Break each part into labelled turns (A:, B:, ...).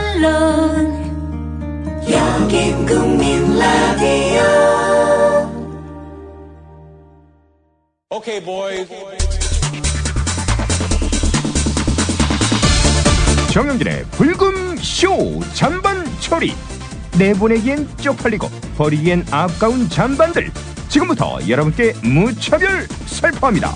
A: 물론 여긴 국민 라디오
B: Okay, boys.
C: 정영진의 불금 쇼 잔반 처리 내보내기엔 쪽팔리고 버리기엔 아까운 잔반들 지금부터 여러분께 무차별 살포합니다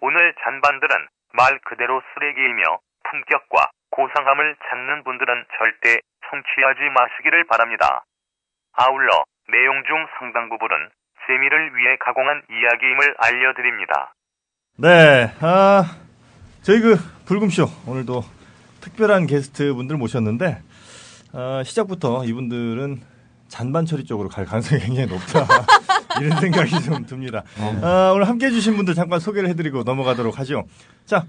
D: 오늘 잔반들은 말 그대로 쓰레기이며 품격과 고상함을 찾는 분들은 절대 청취하지 마시기를 바랍니다. 아울러 내용 중 상당 부분은 재미를 위해 가공한 이야기임을 알려드립니다.
E: 네, 아, 저희 그 불금쇼 오늘도 특별한 게스트 분들 모셨는데 아, 시작부터 이분들은 잔반 처리 쪽으로 갈 가능성이 굉장히 높다 이런 생각이 좀 듭니다. 아, 오늘 함께해 주신 분들 잠깐 소개를 해드리고 넘어가도록 하죠. 자,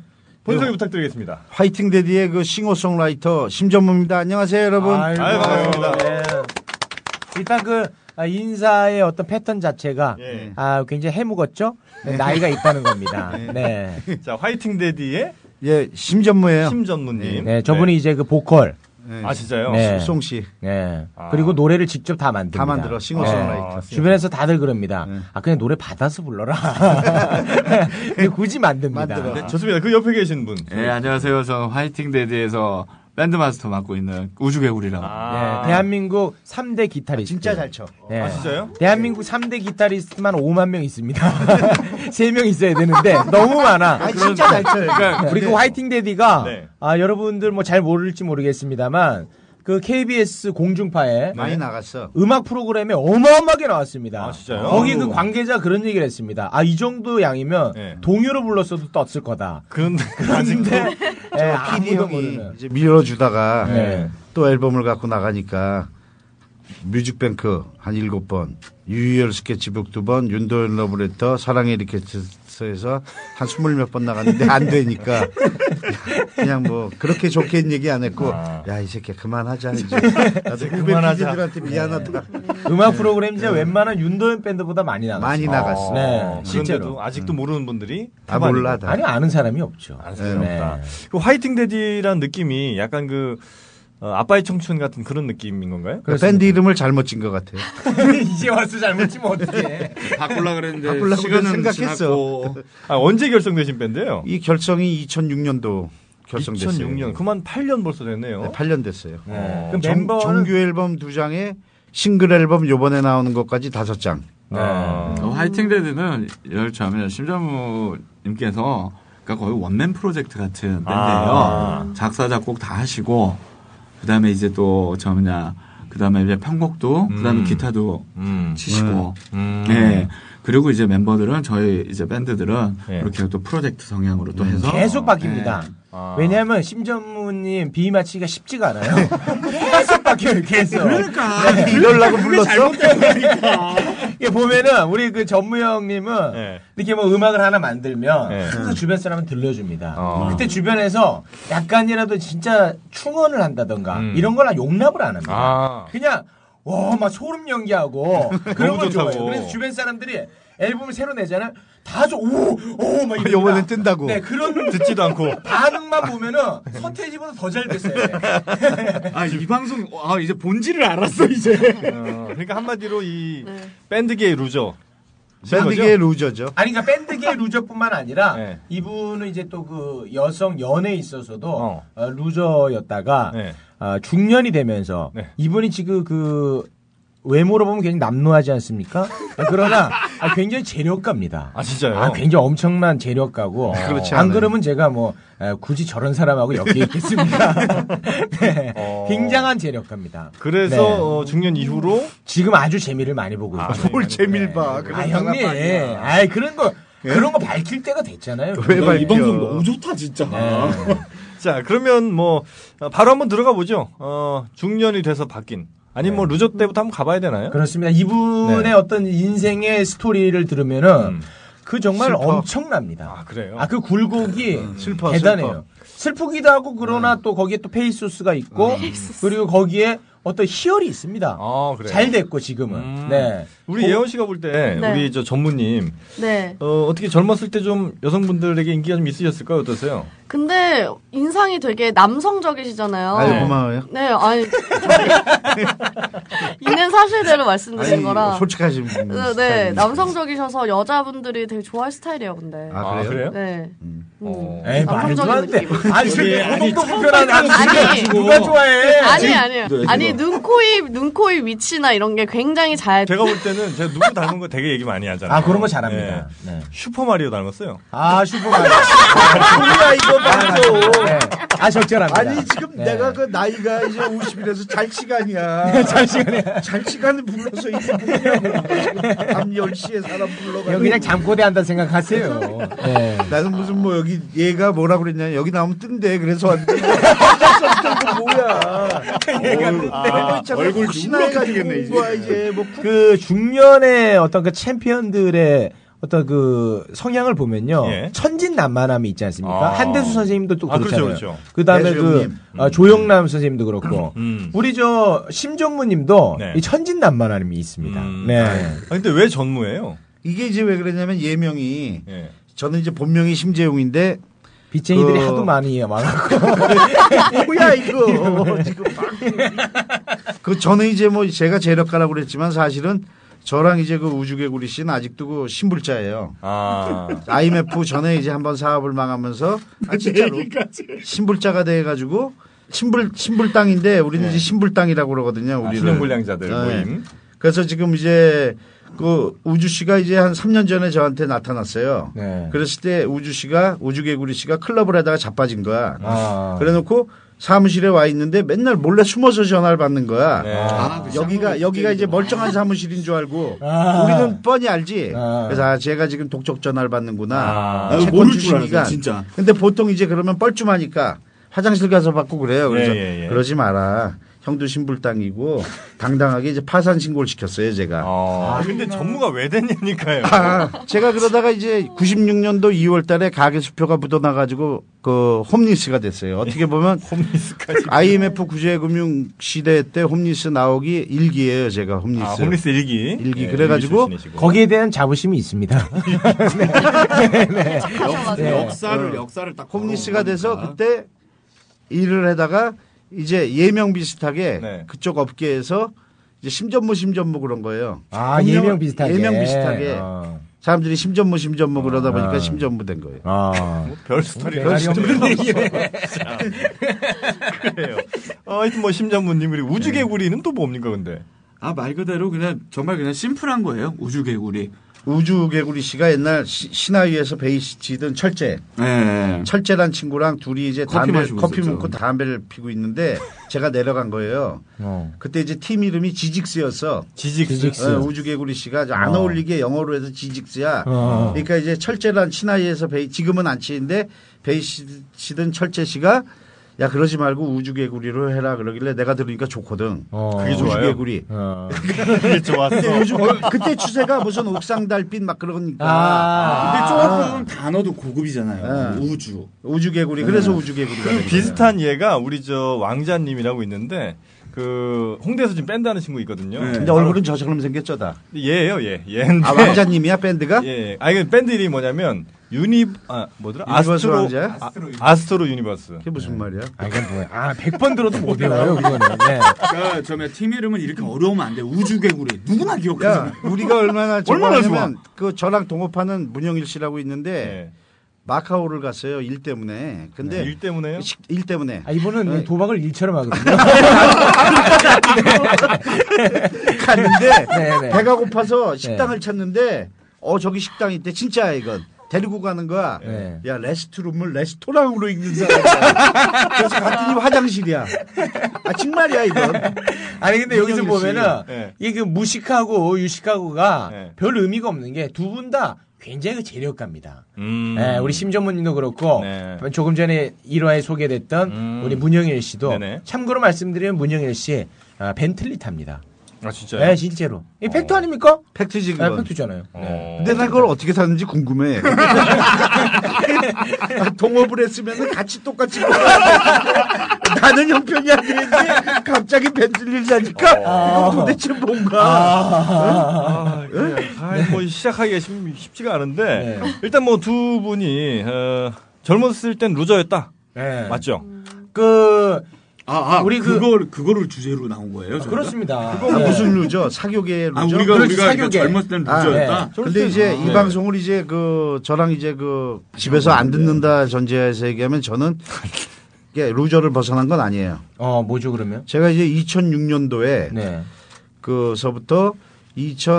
E: 본인
F: 네.
E: 소개 부탁드리겠습니다.
G: 화이팅 데디의 그 싱어송라이터 심전무입니다. 안녕하세요, 여러분.
E: 아유, 반갑습니다.
F: 예. 일단 그 아, 인사의 어떤 패턴 자체가
E: 예.
F: 아, 굉장히 해묵었죠? 네, 나이가 있다는 겁니다. 네.
E: 자, 화이팅 데디의
G: 예, 심전무예요. 예,
E: 심전무님.
F: 네, 저분이 이제 그 보컬.
E: 네. 아 진짜요?
F: 네.
G: 송 씨.
F: 네. 그리고 노래를 직접 다 만듭니다.
G: 다 만들어, 싱어송라이터.
E: 아,
F: 주변에서 다들 그럽니다. 아, 그냥 노래 받아서 불러라. 근데 굳이 만듭니다.
G: 만들어.
E: 네, 좋습니다. 그 옆에 계신 분.
H: 예, 안녕하세요. 저는 화이팅 데드에서 밴드 마스터 맡고 있는 우주개구리라고. 합니다.
F: 네, 대한민국 3대 기타리스트.
G: 진짜 잘 쳐.
F: 네.
E: 아, 진짜요?
F: 대한민국 3대 기타리스트만 5만 명 있습니다. 3명 있어야 되는데 너무 많아.
G: 아, 진짜 잘 쳐요.
H: 그러니까
F: 그리고
G: 네.
F: 화이팅 데디가
E: 네.
F: 아, 여러분들 뭐 잘 모를지 모르겠습니다만 그 KBS 공중파에
G: 많이 나갔어.
F: 음악 프로그램에 어마어마하게 나왔습니다.
E: 네. 아, 진짜요?
F: 거기 그 관계자 그런 얘기를 했습니다. 아, 이 정도 양이면
E: 네.
F: 동요로 불렀어도 떴을 거다.
E: 그런데 아직도
F: 예,
G: PD
F: 아무도
G: 형이
F: 모르는.
G: 이제 밀어주다가
F: 네.
G: 또 앨범을 갖고 나가니까 뮤직뱅크 한 일곱 번, 유희열 스케치북 두 번, 윤도현 러브레터, 사랑의 리케트에서 한 스물 몇 번 나갔는데 안 되니까 그냥 뭐 그렇게 좋게 얘기 안 했고 야 이 새끼 그만하자 이제 나도 후배
E: 그만하자.
G: PD들한테 미안하다
F: 음악 프로그램
E: 네.
F: 이제 웬만한 윤도현 밴드보다 많이 나갔어요.
G: 많이 나갔어.
F: 네, 실제로.
E: 실제도 아직도 모르는 분들이
G: 아
E: 태반이고.
G: 몰라 다.
F: 아니 아는 사람이 없죠. 네.
E: 아는 사람이 없다. 그 화이팅 데디란 느낌이 약간 그 어, 아빠의 청춘 같은 그런 느낌인 건가요?
G: 그 밴드 이름을 잘못 찐 것 같아요.
F: 이제 와서 잘못 치면 어떡해.
H: 바꾸려고 그랬는데
G: 바꾸려고
H: 시간은
G: 생각했어.
H: 지났고
E: 아, 언제 결성되신 밴드예요?
G: 이 결성이 2006년도 결성됐어요.
E: 2006년. 그만 8년 벌써 됐네요.
G: 8년 됐어요.
E: 어.
F: 그럼
G: 정,
F: 멤버는
G: 정규 앨범 두 장에 싱글 앨범 요번에 나오는 것까지 다섯 장.
E: 아.
H: 어, 화이팅 데드는 열차면 심전무님께서 그러니까 거의 원맨 프로젝트 같은 밴드예요.
E: 아.
H: 작사 작곡 다 하시고 그다음에 이제 또 저냐 그다음에 이제 편곡도 그다음에
E: 음.
H: 기타도
E: 음.
H: 치시고
E: 음.
H: 예. 그리고 이제 멤버들은 저희 이제 밴드들은
E: 예.
H: 이렇게 또 프로젝트 성향으로 또 해서
F: 계속 바뀝니다.
H: 예.
E: 어? 아.
F: 왜냐하면 심전무님 비위 맞히기가 쉽지가 않아요.
E: 네.
F: 계속 바뀌어요, 계속.
H: 그러니까
G: 이럴라고 불렀어?
F: 이게 보면은 우리 그 전무 형님은
E: 네.
F: 이렇게 뭐 음악을 하나 만들면
E: 네.
F: 항상 주변 사람은 들려줍니다.
E: 어.
F: 그때 주변에서 약간이라도 진짜 충언을 한다던가
E: 음.
F: 이런 걸 용납을 안 합니다.
E: 아.
F: 그냥 와 막 소름 연기하고 그런
E: 너무
F: 걸
E: 좋다고.
F: 좋아해요. 그래서 주변 사람들이 앨범을 새로 내잖아요. 다좀오오막 이러니까
G: 요번엔 뜬다고.
F: 네 그런
E: 아, 듣지도 않고.
F: 반응만 보면은 서태지보다 더 잘 됐어요.
E: 음.
H: 아 이 방송 아 이제 본질을 알았어 이제
E: 어, 그러니까 한마디로 이 밴드계의 루저.
G: 밴드계의 루저죠.
F: 아니 그러니까 밴드계 루저뿐만 아니라
E: 네.
F: 이분은 이제 또 그 여성 연애에 있어서도
E: 어.
F: 어, 루저였다가
E: 네.
F: 어, 중년이 되면서
E: 네.
F: 이분이 지금 그 외모로 보면 굉장히 남루하지 않습니까? 그러나 아, 굉장히 재력가입니다.
E: 아, 진짜요?
F: 아, 굉장히 엄청난 재력가고
G: 그렇지
F: 안
G: 않아요.
F: 그러면 제가 뭐 에, 굳이 저런 사람하고 엮여 있겠습니까? 네.
E: 어.
F: 굉장한 재력가입니다.
E: 그래서
F: 네.
E: 어, 중년 이후로
F: 지금 아주 재미를 많이 보고 있죠.
G: 뭘 재밀 봐. 그런
F: 아 형님, 아 그런 거 그런 거 밝힐 때가 됐잖아요.
G: 왜 밝혀?
H: 좋다 진짜
E: 네. 자 그러면 뭐 어, 바로 한번 들어가 보죠. 어, 중년이 돼서 바뀐. 아니면 뭐 루저 때부터 한번 가봐야 되나요?
F: 그렇습니다. 이분의
E: 네.
F: 어떤 인생의 스토리를
G: 음.
F: 들으면은 그 정말 엄청납니다.
E: 아, 그래요?
F: 그 굴곡이
G: 슬퍼, 네. 음.
F: 대단해요. 슬프기도 하고 그러나 또 거기에 또 페이소스가 있고 그리고 거기에 어떤 희열이 있습니다.
E: 아, 그래요?
F: 잘 됐고 지금은.
E: 음.
F: 네.
E: 우리 예원 씨가 볼 때
I: 네.
E: 우리 저 전무님
I: 네.
E: 어, 어떻게 젊었을 때 좀 여성분들에게 인기가 좀 있으셨을까요? 어떠세요?
I: 근데 인상이 되게 남성적이시잖아요.
G: 아유 고마워요.
I: 네, 아니 있는 사실대로 말씀드린
G: 아니,
I: 거라.
G: 솔직하신 분.
I: 네, 네,
G: 스타일이니까.
I: 남성적이셔서 여자분들이 되게 좋아할 스타일이에요, 근데.
G: 아 그래요?
I: 네. 음.
E: 어.
F: 에이 말도 안 돼.
I: 남성적인
F: 아니 저게
E: 아니,
F: 고독도 불편한 아니
I: 아니.
F: 누가 좋아해?
I: 아니 아니요. 아니 눈코입 눈코입 위치나 이런 게 굉장히 잘
E: 제가 볼 때는 제가 누구 닮은 거 되게 얘기 많이 하잖아요.
F: 아 그런 거 잘합니다.
E: 예.
F: 네.
E: 슈퍼마리오 닮았어요.
F: 아 슈퍼마리오. 아, 이거 방송. 아 적절합니다.
G: 아니 지금
F: 네.
G: 내가 그 나이가 이제 50이라서 잘 시간이야. 네, 잘 시간이야. 잘 시간을 불러서 이게 뭐냐고. 지금 밤 10시에 사람 불러가지고.
F: 그냥 그냥 잠꼬대 한다 생각하세요. 네.
G: 나는 무슨 뭐 여기 얘가 뭐라 그랬냐 여기 나오면 뜬대 그래서 왔는데 뜬거 뭐야 얘가 뜬대 아, 얼굴 혹시나 해가지고 온 거야 이제 뭐 푹-
F: 그 중년의 어떤 그 챔피언들의 어떤 그 성향을 보면요
E: 예.
F: 천진난만함이 있지 않습니까?
E: 아.
F: 한대수 선생님도 또
E: 아,
F: 그렇잖아요.
E: 그렇죠, 그렇죠.
F: 다음에 그
G: 배수영님.
F: 어, 조영남 선생님도 그렇고
E: 음.
F: 우리 저 심전무님도
E: 네.
F: 이 천진난만함이 있습니다.
E: 음.
F: 네.
E: 아, 근데 왜 전무예요?
G: 이게 이제 왜 그러냐면 예명이
E: 예.
G: 저는 이제 본명이 심재용인데
F: 빚쟁이들이
G: 그-
F: 하도 많이 많았고
G: 뭐야 이거 지금 막- 그 전에 이제 뭐 제가 재력가라고 그랬지만 사실은 저랑 이제 그 우주개구리 씨는 아직도 그 신불자예요.
E: 아.
G: IMF 전에 이제 한번 사업을 망하면서 아 진짜로 신불자가 돼 가지고 신불 신불 땅인데 우리는 이제 신불 땅이라고 그러거든요.
E: 네. 아,
G: 우리를.
E: 신용불량자들
G: 네.
E: 모임.
G: 그래서 지금 이제 그 우주 씨가 이제 한 3년 전에 저한테 나타났어요.
F: 네.
G: 그랬을 때 우주 씨가 우주개구리 씨가 클럽을 하다가 자빠진 거야.
F: 아.
G: 그래놓고 사무실에 와 있는데 맨날 몰래 숨어서 전화를 받는 거야.
E: 네.
H: 아, 그
G: 여기가 여기가 이제 멀쩡한 사무실인 줄 알고
F: 아.
G: 우리는 뻔히 알지.
F: 아.
G: 그래서 아, 제가 지금 독촉 전화를 받는구나.
E: 아.
G: 채권
H: 모를 줄
G: 주신
H: 알았어요,
G: 기간.
H: 진짜.
G: 근데 보통 이제 그러면 뻘쭘하니까 화장실 가서 받고 그래요. 그래서
E: 예, 예, 예.
G: 그러지 마라. 형도 신불당이고 당당하게 이제 파산 신고를 시켰어요, 제가.
E: 아, 근데 전무가 왜 됐냐니까요.
G: 아, 제가 그러다가 이제 96년도 2월 달에 가게 수표가 묻어나가지고 그 홈리스가 됐어요. 어떻게 보면
E: 네. 홈리스까지.
G: IMF 구제금융 시대 때 홈리스 나오기 일기예요 제가 홈리스.
E: 아, 홈리스 네, 일기.
G: 일기. 그래가지고
F: 거기에 대한 자부심이 있습니다.
H: 역,
I: 하셔가지고.
H: 역사를 역사를 딱
G: 홈리스가 돼서
H: 걸어오니까.
G: 그때 일을 하다가 이제 예명 비슷하게
E: 네.
G: 그쪽 업계에서 이제 심전무 심전무 그런 거예요.
F: 아
G: 분명-
F: 예명 비슷하게.
G: 예명 비슷하게
F: 아.
G: 사람들이 심전무 심전무 그러다 보니까
F: 아.
G: 심전무 된 거예요.
F: 아.
E: 별 스토리가
F: 대가리 없는 얘기네.
E: 그래요.
G: 아,
E: 어, 하여튼 뭐 심전무님 그리고
F: 네.
E: 우주개구리는 또 뭡니까 근데?
H: 아, 말 그대로 그냥 정말 그냥 심플한 거예요. 우주개구리.
G: 우주 개구리 씨가 옛날 시- 신화위에서 베이시치던 철제
H: 예.
G: 철제란 친구랑 둘이 이제
H: 커피
G: 담배
H: 마시고
G: 커피
H: 있었죠.
G: 먹고 담배를 피고 있는데 제가 내려간 거예요.
F: 어.
G: 그때 이제 팀 이름이 지직스였어.
E: 지직스.
F: 지직스.
G: 어, 우주개구리 씨가 저안
F: 어.
G: 어울리게 영어로 해서 지직스야.
F: 어.
G: 그러니까 이제 철제란 친아이에서 베이 지금은 안 치는데 베이시든 철제 씨가 야 그러지 말고 우주개구리로 해라 그러길래 내가 들으니까 좋거든.
F: 어.
E: 그게 좋아요?
G: 우주개구리.
F: 어.
E: 그게 좋았어.
G: 근데 요즘 거의- 그때 추세가 무슨 옥상 달빛 막 그러니까
F: 아.
H: 근데 조금 단어도 고급이잖아요.
J: 예.
G: 네.
H: 우주.
G: 우주개구리 그래서 우주개구리가 된 거예요.
E: 비슷한 얘가 우리 저 왕자님이라고 있는데 그 홍대에서 지금 밴드 하는 친구 있거든요.
J: 예.
H: 네.
G: 근데 얼굴은 저처럼 생겼죠다.
E: 얘예요, 얘. 얘인데.
G: 아 왕자님이야 밴드가?
E: 네. 예, 예. 아, 이거 밴드 이름이 뭐냐면 유니 아, 뭐더라?
G: 유니버스
E: 아스트로 네.
G: 왕자야?
E: 아, 아스트로 유니버스.
G: 그게 무슨 말이야?
F: 아, 이건 뭐야. 아, 100번 들어도 못 외워요, 그거는. 네.
H: 그러니까 처음에 팀 이름은 이렇게 어려우면 안 돼. 우주개구리. 누구나 기억하잖아.
G: 야 우리가 얼마나
E: 얼마나
G: 좋아하냐면 그 저랑 동업하는 문영일 씨라고 있는데
E: 예.
G: 마카오를 갔어요 일 때문에. 근데
E: 네, 일 때문에요?
G: 식- 일 때문에
F: 아, 이분은 도박을 일처럼 하거든요.
G: 갔는데
F: 네, 네.
G: 배가 고파서 식당을 찾는데 어 저기 식당 있대 진짜야 이건. 데리고 가는 거야.
F: 네.
G: 야 레스트룸을 레스토랑으로 읽는 사람이야. 그래서 갔더니 화장실이야. 아 정말이야 이건.
F: 아니, 근데
G: 문영일
F: 여기서
G: 씨.
F: 보면은,
E: 네.
F: 이게 그 무식하고 유식하고가
E: 네.
F: 별 의미가 없는 게 두 분 다 굉장히 그 재력가입니다.
E: 음.
F: 네, 우리 심전무님도 그렇고
E: 네.
F: 조금 전에 1화에 소개됐던
E: 음.
F: 우리 문영일 씨도
E: 네네.
F: 참고로 말씀드리면 문영일 씨 아, 벤틀리 탑니다.
E: 아 진짜요?
F: 네, 실제로. 이
E: 어.
F: 팩트 아닙니까?
G: 팩트지
F: 네,
G: 그건.
F: 팩트잖아요. 네.
G: 근데 나 그걸 어떻게 사는지 궁금해. 동업을 했으면 같이 똑같이 먹어야 돼. 나는 형편이 안 되는데 갑자기 벤틀리를 사니까 이거 도대체 뭔가.
E: 아, 그냥 아, 뭐 시작하기가 쉽, 쉽지가 않은데
F: 네.
E: 일단 뭐 두 분이 어, 젊었을 땐 루저였다
F: 네.
E: 맞죠?
F: 그
J: 아, 아
F: 우리
J: 우리
F: 그-
J: 그걸 그거를 주제로 나온 거예요. 저희가?
F: 그렇습니다.
G: 아,
F: 네.
G: 무슨 루저? 사교계 루저?
J: 아 우리가
F: 그렇지,
J: 우리가
F: 사교계.
J: 그러니까 젊었을 때는
G: 아,
J: 루저였다.
F: 네.
G: 근데 이제 이 방송을 이제 그 저랑 이제 그 집에서 안 듣는다 전제에서 얘기하면 저는 이게 루저를 벗어난 건 아니에요.
F: 어 뭐죠 그러면?
G: 제가 이제 2006년도에
F: 네.
G: 그서부터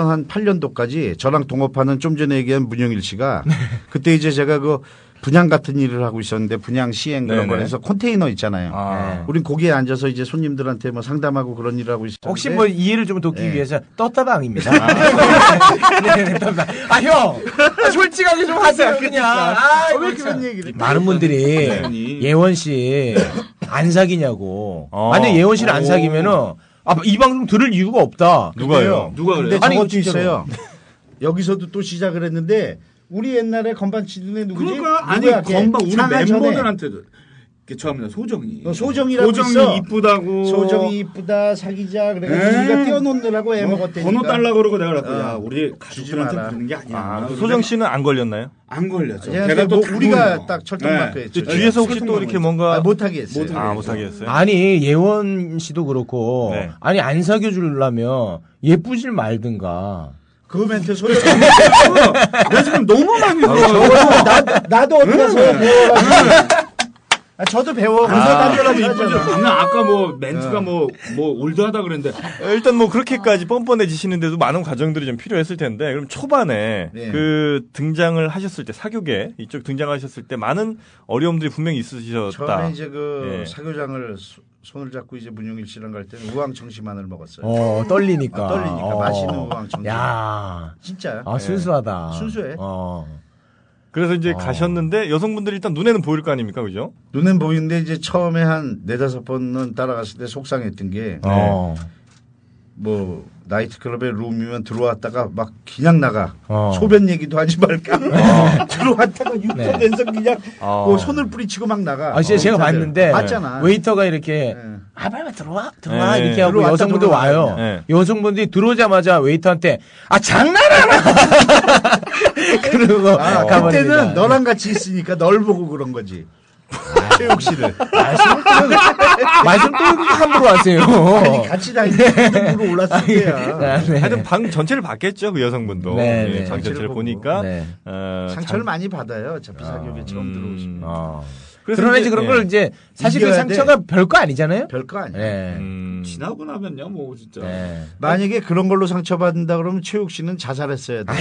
G: 2008년도까지 저랑 동업하는 좀 전에 얘기한 문영일 씨가
J: 네.
G: 그때 이제 제가 그 분양 같은 일을 하고 있었는데 분양 시행 그런
E: 네네.
G: 걸 해서 컨테이너 있잖아요.
E: 아.
F: 네.
G: 우린 거기에 앉아서 이제 손님들한테 뭐 상담하고 그런 일을 하고 있었는데
F: 혹시 뭐 이해를 좀 돕기
G: 네.
F: 위해서 떴다방입니다.
E: 아.
F: 네, 네, 떴다방. 아 형, 아, 솔직하게 좀
E: 그러니까.
F: 하세요 그냥. 아,
G: 왜
F: 이거 참.
G: 그런 얘기를
F: 많은 분들이 예원 씨 안 사귀냐고.
E: 어.
F: 만약 예원 씨를 안 사귀면은 아이 방송 들을 이유가 없다.
E: 누가요?
J: 누가
G: 근데
J: 그래요? 네.
F: 아니,
G: 저것도
F: 진짜로.
G: 있어요. 여기서도 또 시작을 했는데 우리 옛날에 건반 치던 애 누구지?
J: 그러니까 아니
G: 누구야, 걔?
J: 건방 우리
G: 장하전에.
J: 멤버들한테도 이렇게 처음에 소정이
G: 너 소정이라고
J: 소정이
G: 있어.
J: 이쁘다고
G: 소정이 이쁘다 사귀자 그래가지고
J: 에이.
G: 우리가 띄워놓느라고 애
J: 네. 뭐
G: 먹었대니까
J: 번호 달라고 그러고 내가 그랬고 야
G: 어.
J: 우리
G: 주지
J: 가족들한테
G: 마라.
J: 주는 게 아니야.
E: 아,
J: 그래서
E: 소정 씨는 안 걸렸나요?
J: 안 걸렸죠.
G: 예,
J: 걔가
G: 뭐
J: 또
G: 우리가
J: 그분이요.
G: 딱 철통방패
J: 네.
G: 했죠.
J: 저-
E: 그 뒤에서 혹시 또 이렇게 뭔가
G: 아, 못하게 했어요.
E: 아 못하게 했어요?
F: 아니 예원 씨도 그렇고
E: 네.
F: 아니 안 사귀어 주려면 예쁘질 말든가.
G: 그 멘트 소리
J: 나 지금 너무 많이
G: 아,
J: 울어.
G: 나, 나도 어디 가서 배워라. 아, 저도
E: 아.
G: 배워. 그래서
J: 이쁘죠.
G: 단결하고
J: 나는 아까 뭐 멘트가 뭐 뭐 올드하다 그랬는데
E: 일단 뭐 그렇게까지 뻔뻔해지시는데도 많은 과정들이 좀 필요했을 텐데 그럼 초반에
G: 네.
E: 그 등장을 하셨을 때 사교계 이쪽 등장하셨을 때 많은 어려움들이 분명히 있으셨다.
G: 처음에 이제 그
E: 예.
G: 사교장을 소- 손을 잡고 이제 문용일 씨랑 갈 때는 우황청심환을 먹었어요.
F: 어 떨리니까. 어.
G: 아, 떨리니까. 맛있는 우황청심.
F: 야.
G: 진짜.
F: 아
G: 예.
F: 순수하다.
G: 순수해.
F: 어.
E: 그래서 이제
F: 어.
E: 가셨는데 여성분들이 일단 눈에는 보일 거 아닙니까, 그죠?
G: 눈엔 보이는데 이제 처음에 한 네다섯 번은 따라갔을 때 속상했던
F: 어.
G: 게 뭐 나이트클럽에 룸이면 들어왔다가 막 그냥 나가
F: 어.
G: 소변 얘기도 하지 말까 들어왔다가 유턴돼서 그냥
E: 어.
G: 뭐 손을 뿌리치고 막 나가.
F: 아, 진짜 제가
G: 기사들.
F: 봤는데
G: 봤잖아.
F: 웨이터가 이렇게
G: 예.
F: 아 빨리 들어와 들어와
E: 예,
F: 이렇게
E: 예.
F: 하고
G: 들어왔다,
F: 여성분들
G: 들어와.
F: 와요.
E: 예.
F: 여성분들이 들어오자마자 웨이터한테 아 장난하나? 그러고
G: 아,
F: 가버립니다.
G: 그때는 너랑 같이 있으니까 널 보고 그런 거지. 최욱 씨를.
F: 말씀 또 말씀 또 이렇게 함부로 하세요.
G: 아니, 같이 다니고 올랐을 때야.
F: 아, 네.
E: 하여튼 방 전체를 봤겠죠, 그 여성분도.
F: 네,
E: 예,
F: 네.
E: 방 전체를
G: 보고.
E: 보니까.
F: 네.
E: 어,
G: 상처를
E: 장-
G: 많이 받아요. 어차피 사교육에 처음 들어오시면.
F: 어.
E: 그래서
F: 그러나
E: 이제-
F: 이제 그런
E: 예.
F: 걸 이제 사실 그
G: 이겨야
F: 상처가 별거 아니잖아요.
G: 별거 아니야.
F: 네.
E: 음.
J: 지나고 나면요 뭐 진짜
F: 네.
G: 만약에 그런 걸로 상처받는다 그러면 최욱 씨는 자살했어야 돼.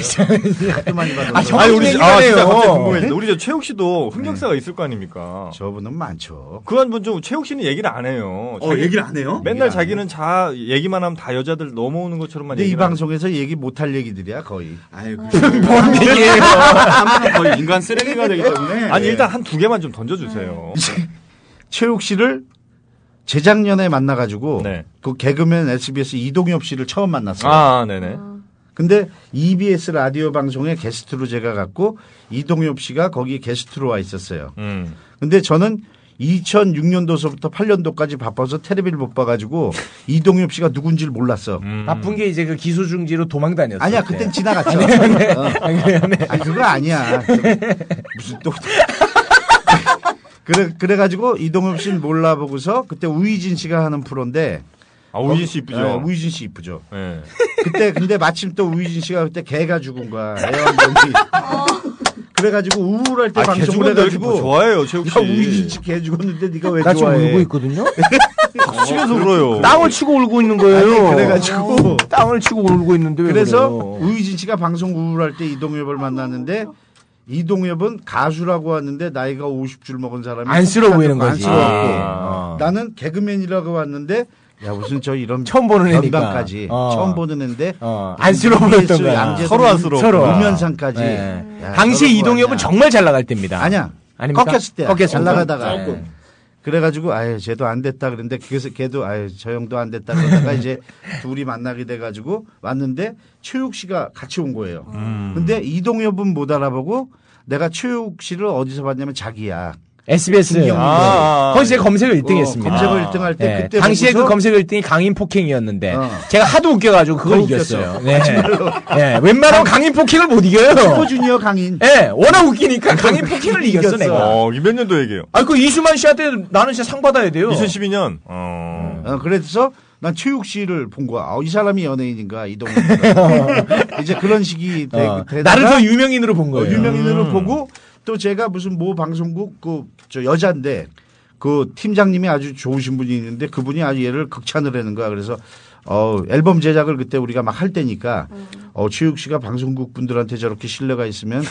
G: 하도 많이 받았어.
F: 아, 저-
E: 아니 우리 아
F: 얘기만
E: 진짜
F: 해요.
E: 갑자기 네. 궁금해진다. 우리 저 최욱 씨도 흥정사가 있을 거 아닙니까?
G: 저분은 많죠.
E: 그건 뭐좀 최욱 씨는 얘기를 안 해요.
J: 어 얘기를 안 해요?
E: 맨날
G: 얘기를 안
E: 자기는 자 얘기만 하면 다 여자들 넘어오는 것처럼만
G: 근데 이
E: 얘기를 하는
G: 방송에서 얘기 못할 얘기들이야 거의.
J: 아유 그
F: 뭔 얘기예요?
J: 사람은 거의 인간 쓰레기가 되기 때문에
E: 아니 일단 한 두 개만 좀 던져주세요.
G: 네. 최욱 씨를 재작년에 만나가지고
E: 네.
G: 그 개그맨 SBS 이동엽 씨를 처음 만났어요.
E: 아 네네.
G: 근데 EBS 라디오 방송에 게스트로 제가 갔고 이동엽 씨가 거기 게스트로 와 있었어요.
E: 음.
G: 근데 저는 2006년도서부터 8년도까지 바빠서 테레비를 못 봐가지고 이동엽 씨가 누군지를 몰랐어.
E: 음,
F: 아픈 게 이제 그 기소중지로 도망 다녔어요. 예.
G: 아니야, 그땐 지나갔죠.
E: 네,
G: 어.
F: 네.
G: 아니, 그거 아니야. 무슨 또. 그래, 그래가지고 이동엽 씨는 몰라보고서 그때 우희진 씨가 하는 프로인데.
E: 아 우진 씨 이쁘죠.
G: 어, 우희진 씨 이쁘죠.
E: 네.
G: 그때 근데 마침 또 우희진 씨가 그때 개가 죽은 거야. 애완동이. 그래가지고 우울할 때
E: 아
G: 방송을
E: 개죽은 이렇게 뭐
G: 해가지고
E: 좋아해요 최욱 씨.
G: 야 우희진 씨 개 죽었는데 네가 왜
F: 나 지금
G: 좋아해?
F: 울고 있거든요.
E: 집에서 울어요.
F: 땅을 치고 울고 있는 거예요.
G: 아니, 그래가지고
F: 땅을 치고 울고 있는데 왜
G: 그래서
F: 그래요?
G: 우희진 씨가 방송 우울할 때 이동엽을 만났는데 이동엽은 가수라고 하는데 나이가 50줄 먹은 사람이
F: 안쓰러워 보이는 거지.
G: 안쓰러웠고
E: 아.
F: 어.
G: 나는 개그맨이라고 왔는데 야 무슨 저 이런
F: 처음 보는 애니까.
G: 연방까지
F: 어.
G: 처음 보는 애인데
F: 어, 안쓰러워 보였던 거야.
E: 서로 안쓰러워.
F: 서로.
G: 음연상까지
F: 네.
G: 아,
F: 당시 이동엽은 정말 잘 나갈 때입니다.
G: 아니야
F: 아닙니까? 네.
G: 꺾였을 때야
F: 꺾였을
G: 잘
F: 때.
G: 나가다가
F: 조금.
G: 그래가지고 아예 쟤도 안 됐다 그랬는데 그래서 걔도 아예 저 형도 안 됐다 그러다가 이제 둘이 만나게 돼가지고 왔는데 최욱 씨가 같이 온 거예요.
F: 음.
G: 근데 이동엽은 못 알아보고 내가 최욱 씨를 어디서 봤냐면 자기야.
F: SBS.
G: 중경으로.
E: 아, 아.
F: 거기서 제가 검색을 1등
G: 어,
F: 했습니다.
G: 검색을 1등 할 때
F: 네,
G: 그때
F: 당시에 그
G: 보고서
F: 검색 1등이 강인 폭행이었는데
G: 어.
F: 제가 하도 웃겨가지고 그걸
G: 그거 웃겼어.
F: 이겼어요. 네. 네, 웬만하면 강인 폭행을 못 이겨요.
G: 슈퍼주니어 강인.
F: 네, 워낙 웃기니까 강인 폭행을 이겼어
G: 이겼어.
F: 내가.
E: 어, 이몇 년도 얘기예요?
F: 아 그 이수만 씨한테 나는 진짜 상 받아야 돼요.
E: 2012년. 어.
G: 어, 그래서 난 최욱 씨를 본 거야. 아, 이 사람이 연예인인가 이동엽. 이제 네, 그런 식이 되,
F: 어,
G: 되다가
F: 나를 더 유명인으로 본 거예요.
G: 어,
F: 음.
G: 유명인으로 보고 또 제가 무슨 모 방송국 그 저 여자인데 그 팀장님이 아주 좋으신 분이 있는데 그분이 아주 얘를 극찬을 하는 거야. 그래서 어 앨범 제작을 그때 우리가 막 할 때니까 어 최욱 씨가 방송국 분들한테 저렇게 신뢰가 있으면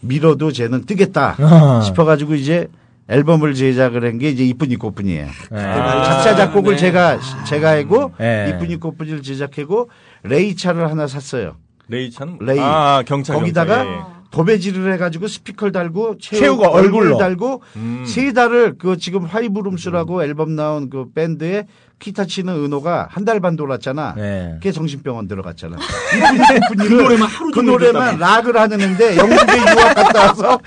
G: 밀어도 쟤는 뜨겠다
F: 아.
G: 싶어가지고 이제 앨범을 제작을 한 게 이제 이쁜이 꽃뿐이에요.
F: 예.
G: 작사 작곡을 제가 제가 하고
F: 아, 네.
G: 이쁜이 꽃뿐이를 제작하고 레이차를 하나 샀어요.
E: 레이차는 뭐-
G: 레이.
E: 아, 경찰
G: 거기다가
E: 경찰, 예, 예.
G: 도배지를 해가지고 스피커를 달고
F: 최우가 얼굴로.
G: 얼굴을 달고 세 달을 그 지금 화이브룸스라고 앨범 나온 그 밴드에 기타 치는 은호가 한 달 반 돌았잖아.
F: 네.
G: 그게 정신병원 들어갔잖아. 그 노래만
J: 하루
G: 그
J: 종일
G: 노래만 락을 하는 애인데 영국에 유학 갔다 와서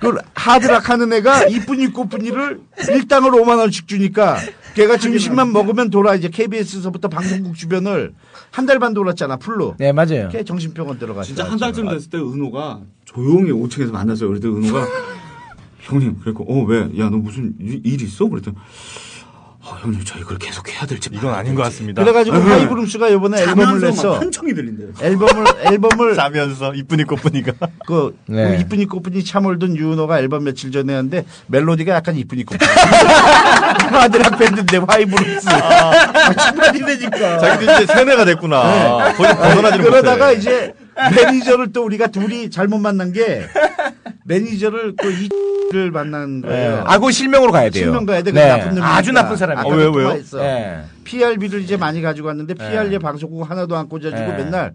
G: 그 하드락 하는 애가 이쁜이 꽃분이를 일당을 5만 원씩 주니까 걔가 점심만 먹으면 돌아 이제 KBS서부터 방송국 주변을 한 달 반 돌았잖아 풀로.
F: 네 맞아요.
G: 걔 정신병원 들어갔어.
J: 진짜 한 달쯤 됐을 때 은호가 조용히 5층에서 만났어요. 그랬더니 은호가 형님 그랬고 어 왜? 야 너 무슨 일, 일 있어? 그랬더니 아 형님 저 이걸 계속 해야 될지
E: 이건 아닌 것
F: 네.
E: 같습니다.
G: 그래가지고 하이브룸스가 이번에 앨범을
J: 자면서 막
G: 냈어.
J: 한청이 들린대요.
G: 앨범을 앨범을
E: 자면서 이쁜이 꽃분이가
G: 그
F: 네.
G: 그 이쁜이 꽃분이 참을든 유은호가 앨범 며칠 전에 했는데 멜로디가 약간 이쁜이 꽃분. 아드락 밴드인데 하이브룸스. 아, 친하게 되니까.
E: 자기도 이제 세뇌가 됐구나. 거의 벗어나지 못해.
G: 그러다가 이제 매니저를 또 우리가 둘이 잘못 만난 게 매니저를 또 이를 만난 거예요.
F: 네. 아고 실명으로 가야 돼요.
G: 신명 가야 돼. 그
F: 네.
G: 나쁜 놈이니까.
F: 아주 나쁜
E: 어,
F: 사람이에요.
E: 왜요? 왜요?
G: 통화했어.
F: 네.
G: PRB를 이제 많이 가지고 왔는데
E: 네.
G: PR에 방송국 하나도 안 꽂아주고
F: 예.
G: 맨날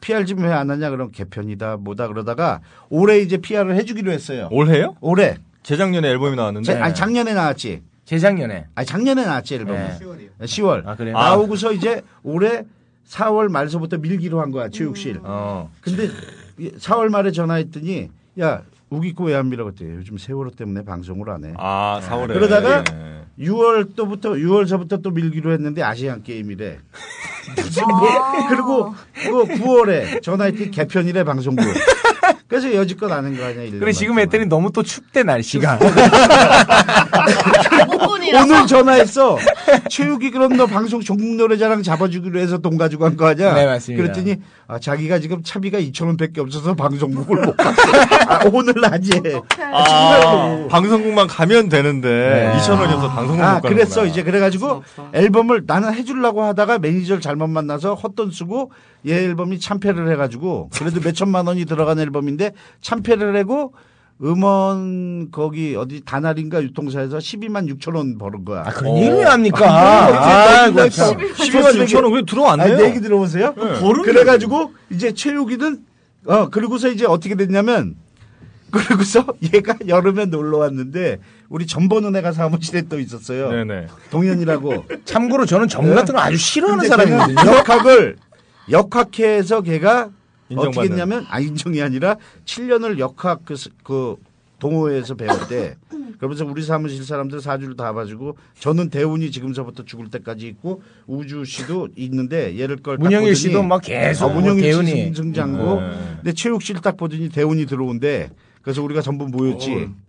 G: PR 지금 왜 안 하냐 그럼 개편이다 뭐다 그러다가 올해 이제 PR을 해주기로 했어요.
E: 올해요?
G: 올해
E: 재작년에 앨범이 나왔는데.
G: 제- 아니 작년에 나왔지.
F: 재작년에.
G: 아니 작년에 나왔지 앨범.
E: 네.
F: 예.
G: 10월.
F: 아, 그래요?
G: 나오고서 이제 올해 4월 말서부터 밀기로 한 거야
E: 음.
G: 체육실.
F: 어.
G: 근데 4월 말에 전화했더니 야 우기고 왜 안 밀어 그랬더니 요즘 세월호 때문에 방송을 안 해.
E: 아, 4월에.
F: 네.
G: 그러다가
E: 예.
G: 6월 또부터 6월서부터 또 밀기로 했는데 아시안 게임이래. 무슨 뭐, 그리고 그 9월에 전화했더니 개편이래 방송국. 그래서 여지껏 아는 거 아니야. 일
F: 그래 지금 애들이 너무 또 춥대 날씨가. 어,
I: 모분이라서
G: 오늘 전화했어. 최욱이 그럼 너 방송 전국 노래자랑 잡아주기로 해서 돈 가지고 간 거 아니야?
F: 네, 맞습니다.
G: 그랬더니 아, 자기가 지금 차비가 2천 원밖에 없어서 방송국을 못 갔어. 아, 오늘 낮에.
E: 아, 방송국만 가면 되는데 2,000원이 없어 방송국
G: 아,
E: 못 가는
G: 그랬어. 이제 그래가지고 앨범을 나는 해주려고 하다가 매니저를 잘못 만나서 헛돈 쓰고 얘 앨범이 참패를 해가지고 그래도 몇천만 원이 들어간 앨범인데 참패를 하고 음원 거기 어디 다날인가 유통사에서 12만 6천 원 버는 거야.
F: 아 그런 일을 왜 합니까? 아이고, 참.
E: 12만 6천 원왜 들어 안
G: 아니,
E: 돼요? 네.
G: 내 얘기 들어보세요. 네. 그래가지고 이제 최욱이는 어 그리고서 이제 어떻게 됐냐면 그리고서 얘가 여름에 놀러 왔는데 우리 전번은혜가 사무실에 또 있었어요.
E: 네네.
G: 동현이라고.
F: 참고로 저는 정 같은 거 아주 싫어하는
G: 네. 근데
F: 사람이거든요.
G: 걔가 역학을 역학회에서 걔가
E: 인정받는.
G: 어떻게 했냐면 아 인정이 아니라 7년을 역학 그, 스- 그 동호회에서 배웠대. 그러면서 우리 사무실 사람들 사주를 다 봐주고 저는 대운이 지금서부터 죽을 때까지 있고 우주 씨도 있는데 얘를 걸 딱
F: 문영일
G: 보더니
F: 씨도 막 계속
G: 아, 문영일
F: 대운이. 어.
G: 씨 승장고 근데 최욱 씨를 딱 보더니 대운이 들어온대. 그래서 우리가 전부 모였지.
F: 어.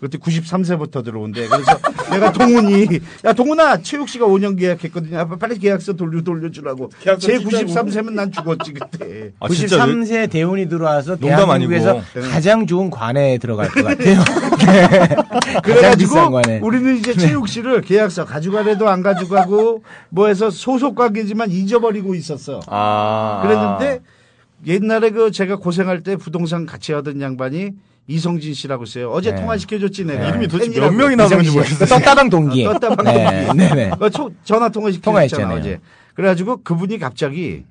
G: 그때 93세부터 들어온대. 그래서 내가 동훈이 야 동훈아 최욱 씨가 5년 계약했거든요. 아, 빨리 계약서 돌려 돌려주라고. 제 93세면 난 죽었지 그때.
E: 아, 진짜
F: 93세 대운이 들어와서
E: 농담 아니고.
F: 대한민국에서
G: 네.
F: 가장 좋은 관에 들어갈 것 같아요. 네. 가장 비싼
G: 그래가지고
F: 관에.
G: 우리는 이제 최욱 씨를 계약서 가져가래도 안 가져가고 뭐 해서 소속 관계지만 잊어버리고 있었어.
E: 아.
G: 그랬는데 옛날에 그 제가 고생할 때 부동산 같이 하던 양반이 이성진 씨라고 있어요. 어제
F: 네.
G: 통화시켜줘지 내가.
E: 이름이 도대체 몇
G: 팬이라고.
E: 명이 나오는지 모르겠어요.
F: 떴다방 동기.
G: 아, 떴다방
F: 네,
G: 동기.
F: 네, 네.
G: 어, 초- 전화 통화시켜줬잖아
F: 통화했잖아요.
G: 어제. 그래가지고 그분이 갑자기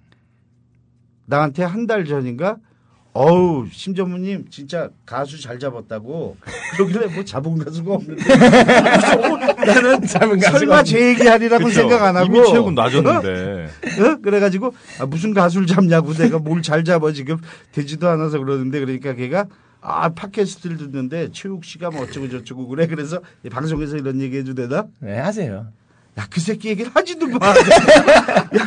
G: 나한테 한 달 전인가 어우 심전무님 진짜 가수 잘 잡았다고 그러길래 뭐 잡은 가수가 없는데 나는
F: 잡은 가수가
G: 설마 제 얘기하리라고
E: 그쵸?
G: 생각 안 하고
E: 이미 최고는 놔줬는데
G: 어? 그래가지고 아, 무슨 가수를 잡냐고 내가 뭘 잘 잡아 지금 되지도 않아서 그러는데 그러니까 걔가 아 팟캐스트를 듣는데 최욱 씨가 뭐 어쩌고 저쩌고 그래 그래서 이 방송에서 이런 얘기 해도 되나?
F: 네, 하세요.
G: 야 그 새끼 얘기를 하지도 마. 야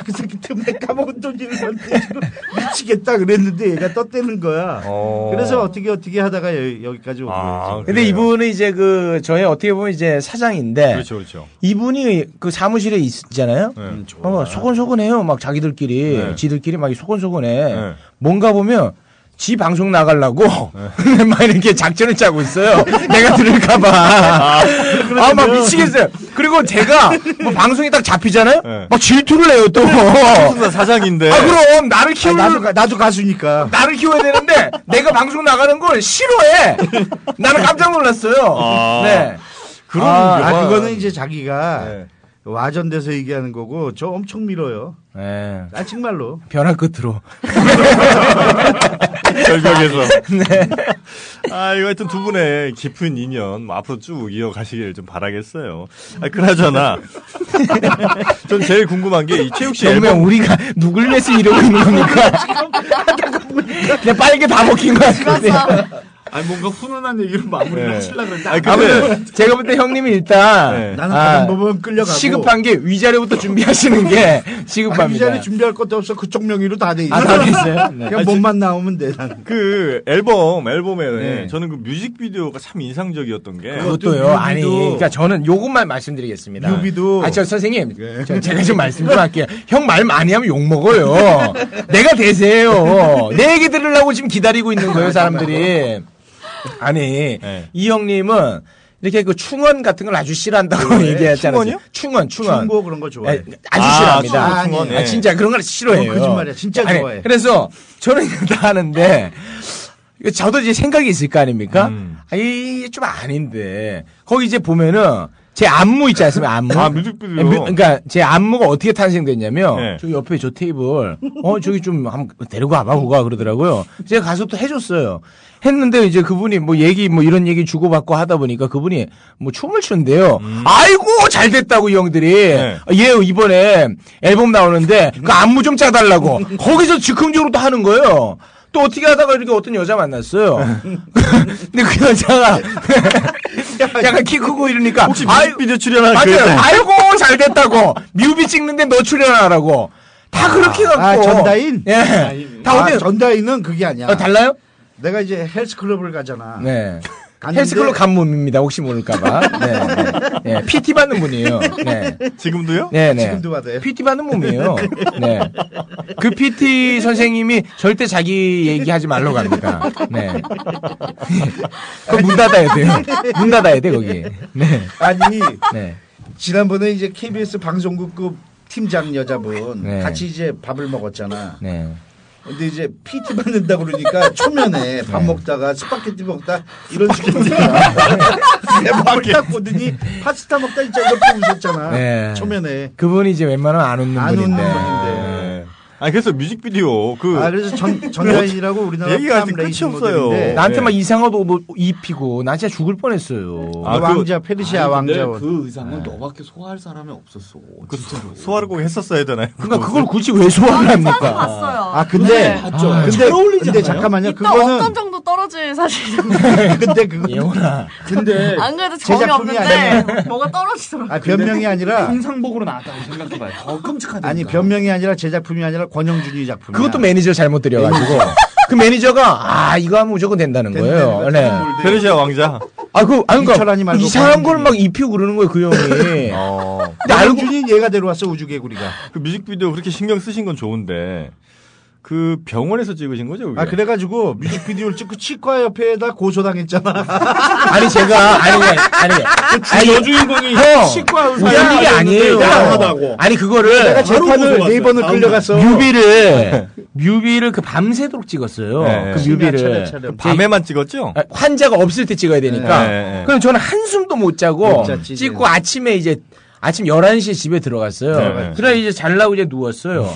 G: 그 새끼 때문에 까먹은 돈 주는 건데 지금 미치겠다 그랬는데 얘가 떴대는 거야.
E: 어.
G: 그래서 어떻게 어떻게 하다가 여, 기까지온
E: 아,
G: 거예요.
F: 근데
E: 그래요.
F: 이분은 이제 그 저의 어떻게 보면 이제 사장인데
E: 그렇죠 그렇죠
F: 이분이 그 사무실에 있잖아요.
E: 네.
F: 어, 소곤소곤해요. 막 자기들끼리,
E: 네.
F: 지들끼리 막 소곤소곤해.
E: 네.
F: 뭔가 보면 지 방송 나가려고 막 이렇게 작전을 짜고 있어요. 내가 들을까봐. 아, 막 미치겠어요. 그리고 제가 뭐 방송이 딱 잡히잖아요.
E: 네.
F: 막 질투를 해요, 또.
E: 무슨 사장인데
F: 아, 그럼 나를
G: 아니,
F: 키우는
G: 나도 가- 나도 가수니까.
F: 나를 키워야 되는데 내가 방송 나가는 걸 싫어해. 나는 깜짝 놀랐어요.
E: 아.
F: 네.
E: 그런
G: 아, 아,
E: 영화-
G: 그거는 이제 자기가
E: 그러니까. 네.
G: 와전돼서 얘기하는 거고 저 엄청 밀어요.
F: 네.
G: 아 정말로.
F: 변화 끝으로.
E: 절벽에서 아 이거 하여튼 두 분의 깊은 인연 뭐 앞으로 쭉 이어가시길 좀 바라겠어요 아 그나저나 전 제일 궁금한 게 이 최욱 씨
F: 정말
E: 앨범
F: 우리가 누굴 위해서 이러고 있는 겁니까? 그냥 빨개 다 먹힌 것 같은데.
E: 그렇죠.
J: 아니 뭔가 훈훈한 얘기로 마무리를
E: 네.
J: 하시려고 그랬는데
E: 아니,
J: 아까
E: 근데
F: 제가 볼 때 형님이 일단
E: 네.
G: 나는
F: 아,
G: 다른 법은 끌려가고.
F: 시급한 게 위자료부터 준비하시는 게
G: 아니,
F: 시급합니다.
G: 미자리 준비할 것도 없어. 그쪽 명의로 다 돼 있어.
F: 아, 다 됐어요? 네.
G: 그냥 몸만 나오면 돼. 난.
E: 그 앨범 앨범에
F: 네.
E: 저는 그 뮤직비디오가 참 인상적이었던
G: 네,
E: 게
F: 그것도요. 아니,
G: 뮤비도-
F: 그러니까 저는 요것만 말씀드리겠습니다.
G: 뮤비도- 네.
F: 아, 저 선생님, 저 제가 좀 말씀 좀 할게요. 형 말 많이 하면 욕 먹어요. 내가 대세예요. 내 얘기 들으려고 지금 기다리고 있는 거예요, 사람들이. 아니,
E: 네.
F: 이 형님은 이렇게 그 충원 같은 걸 아주 싫어한다고 얘기했잖아요.
E: 충원이요?
F: 충원, 충원.
G: 네. 충고 그런 거 좋아해.
F: 아, 주
E: 아,
F: 싫어합니다.
E: 충고, 충원,
F: 아,
E: 예.
F: 진짜 그런 걸 싫어해요.
G: 그건 거짓말이야. 진짜 좋아해.
F: 그래서 저는 이거 다 하는데 이거 저도 이제 생각이 있을 거 아닙니까?
E: 음.
F: 아, 이게 좀 아닌데 거기 이제 보면은 제 안무 있지 않습니까? 안무.
E: 아, 뮤직비디오.
F: 예, 뮤- 그러니까 제 안무가 어떻게 탄생됐냐면
E: 네.
F: 저기 옆에 저 테이블 어 저기 좀 한번 데리고 와봐 그거 그러더라고요. 제가 가서 또 해줬어요. 했는데 이제 그분이 뭐 얘기 뭐 이런 얘기 주고받고 하다 보니까 그분이 뭐 춤을 춘대요. 아이고 잘 됐다고 이 형들이
E: 음. 네. 음.
F: 아, 얘 이번에 앨범 나오는데 그 안무 좀 짜달라고 거기서 즉흥적으로 또 하는 거예요. 또 어떻게 하다가 이렇게 어떤 여자 만났어요. 근데 그 여자가 약간 키 크고 이러니까
E: 혹시
F: 아이-
E: 뮤직비디오 출연한 그
F: 맞아요.
E: 여자
G: 뭐.
F: 아이고 잘 됐다고. 뮤비 찍는데 너 출연하라고. 다 그렇게 갖고.
G: 아, 전다인?
F: 예. 다
G: 아,
F: 어디
G: 전다인은 그게 아니야.
F: 어, 달라요?
G: 내가 이제 헬스클럽을 가잖아.
F: 네.
G: 갔는데-
F: 헬스클럽 간몸입니다. 혹시 모를까봐. 네. 네. 네. PT 받는 분이에요. 네.
E: 지금도요?
F: 네, 네.
G: 지금도 받아요.
F: PT 받는 몸이에요. 네. 그 PT 선생님이 절대 자기 얘기하지 말라고 합니다. 네. 그럼 문 닫아야 돼요. 문 닫아야 돼, 거기. 네.
G: 아니
F: 네.
G: 지난번에 이제 KBS 방송국급 팀장 여자분
F: 네.
G: 같이 이제 밥을 먹었잖아.
F: 네.
G: 근데 이제 PT 받는다 그러니까
F: 네.
G: 초면에 밥 먹다가 스파게티 먹다 이런 식으로 내 밥을 딱 보더니 파스타 먹다 진짜 이렇게 웃었잖아.
F: 네.
G: 초면에
F: 그분이 이제 웬만하면 안 웃는
G: 안 웃는
F: 분인데.
G: 분인데.
E: 네. 아 그래서 뮤직비디오 그
G: 아 그래서 전 전자인이라고 우리나라
E: 얘기가
G: 탑
E: 아직 끝이
G: 레이싱
E: 없어요.
G: 모델인데
E: 나-
F: 나한테
E: 네.
F: 막 이상한 옷 입히고 나 진짜 죽을 뻔했어요.
E: 아, 그-
G: 왕자 페르시아
J: 근데
G: 왕자
J: 그 의상은 너밖에 소화할 사람이 없었어
E: 그
J: 진짜로
E: 소화를 꼭 했었어야 되나요?
F: 그러니까 그걸 굳이 왜 소화를
I: 찾아서
F: 합니까?
I: 봤어요.
G: 아 근데
J: 맞죠
G: 근데
J: 잘 어울리지
G: 근데
J: 않아요?
G: 잠깐만요.
I: 네. 이따 어떤
G: 그거는
I: 정도 떨어질 사실
G: 근데 그거
F: 예원아.
J: 근데
I: 안 그래도
G: 제
I: 정이
G: 작품이
I: 없는데 뭐가 떨어지더라고.
G: 아 변명이 아니라
J: 인상복으로 나왔다고 생각해봐요 더 끔찍하다
G: 아니 변명이 아니라 제 작품이 아니라 권영준이 작품이야.
F: 그것도 매니저 잘못 들여가지고 그 매니저가 아 이거 하면 무조건 된다는 거예요. 네.
E: 페르시아 왕자.
F: 아그 아
G: 이철환이
F: 그러니까
G: 말고
F: 이상한 걸 막
G: 권영준이.
F: 입히고 그러는 거예요 그 형이.
E: 어.
F: 근데 알고
G: 권영준이 얘가 데려왔어 우주개구리가.
E: 그 뮤직비디오 그렇게 신경 쓰신 건 좋은데 그 병원에서 찍으신 거죠? 그게?
G: 아 그래가지고 뮤직비디오를 찍고 치과 옆에다 고소당했잖아.
F: 아니 제가 아니 아니 아니 여주인공이
G: 치과 의사
F: 이런 얘기 아니에요.
J: 야하다고.
F: 아니 그거를 어?
G: 내가 재판을 네 번을 끌려갔어.
F: 뮤비를 뮤비를 그 밤새도록 찍었어요.
E: 네.
F: 그 뮤비를
G: 차례, 차례.
F: 그
E: 밤에만 찍었죠?
F: 아, 환자가 없을 때 찍어야 되니까.
E: 네, 네, 네.
F: 그럼 저는 한숨도 못 자고
G: 못 잤지,
F: 찍고
G: 이제.
F: 아침에 이제 아침 11시에 집에 들어갔어요.
E: 네, 네.
G: 음,
F: 그래 이제 잘라고 이제 누웠어요.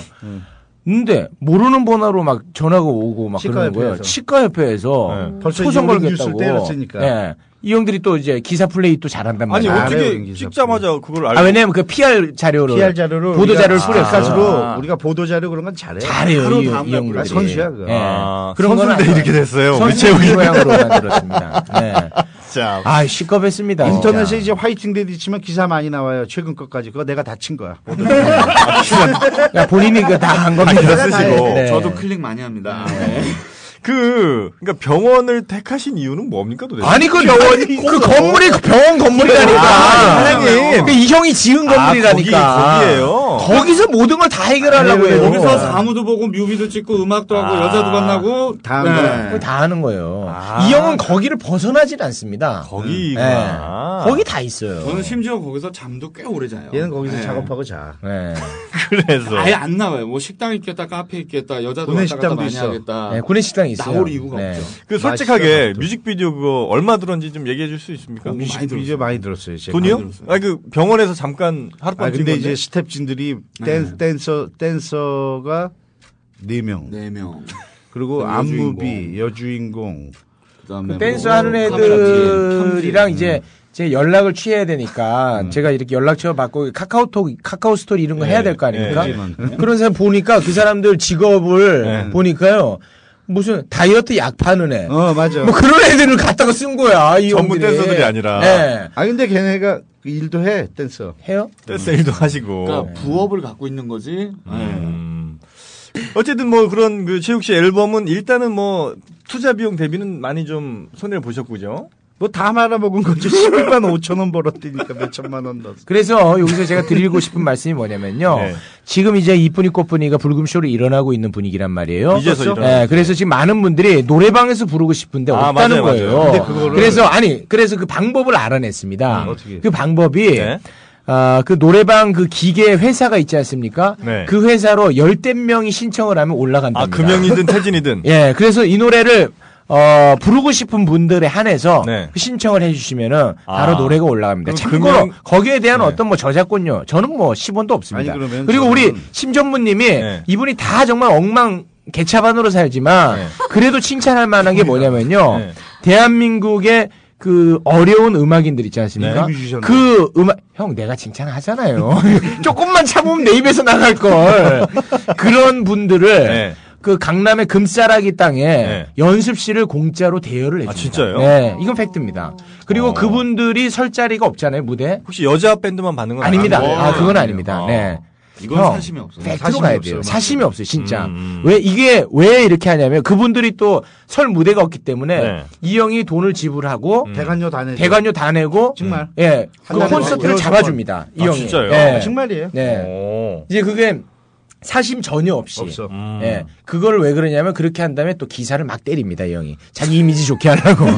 F: 근데 모르는 번호로 막 전화가 오고 막 그러는
G: 치과협회에서.
F: 거예요. 치과협회에서
E: 네.
G: 벌써
F: 소송
G: 이런 뉴스를
F: 걸겠다고.
G: 때렸으니까.
F: 예. 이 형들이 또 이제 기사 플레이 또 잘한단
E: 아니
F: 말이야.
G: 아,
E: 어떻게
G: 알아요,
E: 찍자마자 그걸 알고
F: 아, 왜냐면 그 PR 자료를
G: PR 자료를
F: 보도 자료를 뿌렸어.
G: 가수로
F: 아.
G: 우리가 보도 자료 그런 건 잘해.
F: 잘해요.
G: 바로
F: 이,
G: 다음
F: 이
G: 날
F: 형들이.
G: 선수야 그거.
F: 예.
E: 아,
F: 그런 건
E: 선수인데
F: 아니에요.
E: 이렇게 됐어요. 우리
F: 선수
E: 체육이.
F: 모양으로 만들었습니다. 네.
E: 자,
F: 아, 시겁했습니다. 진짜.
G: 인터넷에 이제 화이팅 데디 치면 기사 많이 나와요. 최근 것까지 그거 내가 다친 거야.
F: 야, 본인이 그거 다 한 겁니다.
E: 기사 쓰시고.
F: 네.
J: 저도 클릭 많이 합니다.
E: 어.
J: 네.
E: 그 그러니까 병원을 택하신 이유는 뭡니까 도대체?
F: 아니 그 병원 그 건물이 그 병원 건물이라니까. 그 아,
E: 아, 사장님.
F: 그이 형이 지은 건물이라니까.
E: 아, 거기, 거기예요?
F: 거기서 모든 걸 다 해결하려고 해요.
J: 거기서 사무도 보고 뮤비도 찍고 음악도 하고 여자도 만나고
G: 아.
J: 네.
G: 다음
F: 그걸 다 하는 거예요. 이 형은 거기를 벗어나질 않습니다.
E: 거기가
F: 예. 거기 다 있어요.
J: 저는 심지어 거기서 잠도 꽤 오래 자요.
G: 얘는 거기서
J: 네.
G: 작업하고 자.
F: 예.
E: 그래서
J: 아예 안 나와요. 뭐 식당 있겠다, 카페 있겠다, 여자도
G: 구내
J: 왔다 갔다
G: 식당도
J: 많이
G: 있어.
J: 하겠다.
F: 예, 군의 식당이 있어요.
J: 나올 이유가
F: 네.
J: 없죠.
E: 그 솔직하게 뮤직비디오 그거 얼마 들었는지 좀 얘기해 줄 수 있습니까?
J: 오, 많이 들었어요.
G: 이제 많이 들었어요. 제가.
E: 돈이요?
J: 들었어요.
E: 아 그 병원에서 잠깐 하룻밤
G: 아
E: 찍은 건데
G: 근데 이제 스텝진들이
F: 네.
G: 댄, 댄서 댄서가 네 명.
J: 네 명.
G: 그리고
J: 여주인공.
G: 안무비 여주인공
J: 그다음에
F: 댄스
J: 뭐
F: 하는
J: 카메라팀,
F: 애들이랑 이제 제 연락을 취해야
E: 음.
F: 되니까 제가 이렇게 연락처 받고 카카오톡, 카카오 스토리 이런 거
E: 네.
F: 해야 될 거 아닙니까? 그런 사람 보니까 그 사람들 직업을
E: 네.
F: 보니까요. 무슨 다이어트 약 파는 애.
G: 어 맞아
F: 뭐 그런 애들을 갖다가 쓴 거야. 이
E: 전문
F: 형들이.
E: 댄서들이 아니라.
F: 네.
G: 아 근데 걔네가 그 일도 해 댄서
F: 해요?
E: 댄스 일도 하시고.
G: 네.
J: 그러니까 부업을 갖고 있는 거지. 네.
E: 음. 어쨌든 뭐 그런 그 체육 씨 앨범은 일단은 뭐 투자 비용 대비는 많이 좀 손해를 보셨고 그죠?
G: 뭐 다 말아먹은 거지 11만 5천 원 벌었다니까 몇 천만 원
F: 음.
G: 넣었어
F: 그래서 여기서 제가 드리고 싶은 말씀이 뭐냐면요.
E: 네.
F: 지금 이제 이쁜이 꽃분이가 불금쇼로 일어나고 있는 분위기란 말이에요.
E: 이제서
F: 그렇죠?
E: 일어나죠.
F: 네, 그래서 지금 많은 분들이 노래방에서 부르고 싶은데
E: 아,
F: 없다는
E: 맞아요, 맞아요.
F: 거예요.
E: 근데
G: 그거를-
F: 그래서 아니, 그래서 그 방법을 알아냈습니다.
E: 음,
G: 어떻게?
F: 그 방법이
E: 네.
F: 아, 그 노래방 그 기계 회사가 있지 않습니까?
E: 네.
F: 그 회사로 열댓 명이 신청을 하면 올라간다.
E: 아 금영이든
G: 음.
E: 태진이든.
F: 예, 그래서 이 노래를 어, 부르고 싶은 분들에 한해서 그
E: 네.
F: 신청을 해주시면은 바로
E: 아.
F: 노래가 올라갑니다.
E: 그럼
F: 참고로
E: 금연-
F: 거기에 대한 어떤 뭐 저작권료 저는 뭐 10원도 없습니다.
G: 네. 아니, 그러면
F: 그리고 우리
G: 저는-
F: 심전무님이
E: 네.
F: 이분이 다 정말 엉망 개차반으로 살지만
E: 네.
F: 그래도 칭찬할 만한 게 뭐냐면요.
E: 네.
F: 대한민국의 그 어려운 음악인들 있지 않습니까?
G: 네, 뮤지션들.
F: 그 음악 형 내가 칭찬하잖아요. 조금만 참으면 내 입에서 나갈 걸. 그런 분들을
E: 네.
F: 그 강남의 금싸라기 땅에
E: 네.
F: 연습실을 공짜로 대여를 해줍니다.
E: 아, 진짜요?
F: 네, 이건 팩트입니다. 그리고
E: 어.
F: 그분들이 설 자리가 없잖아요 무대.
E: 혹시 여자 밴드만 받는 건
F: 아닙니다.
E: 아니고?
F: 아 그건 아닙니다.
E: 아.
F: 네.
J: 이건
F: 형,
J: 사심이 없어요.
F: 팩트로
G: 사심이
F: 가야
G: 없어요.
F: 돼요.
G: 맞아요.
F: 사심이 없어요, 진짜.
E: 음, 음.
F: 왜 이게 왜 이렇게 하냐면 그분들이 또 설 무대가 없기 때문에
E: 네. 음.
F: 이 형이 돈을 지불하고
G: 대관료 다 내줘
F: 대관료 다 내고
G: 정말
F: 예, 그
G: 한달에
F: 콘서트를
G: 거의
F: 잡아줍니다. 이
E: 아,
F: 형이.
E: 진짜요?
F: 예.
G: 아, 정말이에요
F: 네.
E: 오.
F: 이제 그게 사심 전혀 없이.
G: 없어
E: 음.
F: 예. 그걸 왜 그러냐면 그렇게 한 다음에 또 기사를 막 때립니다, 이 형이. 자기 이미지 좋게 하려고. 네.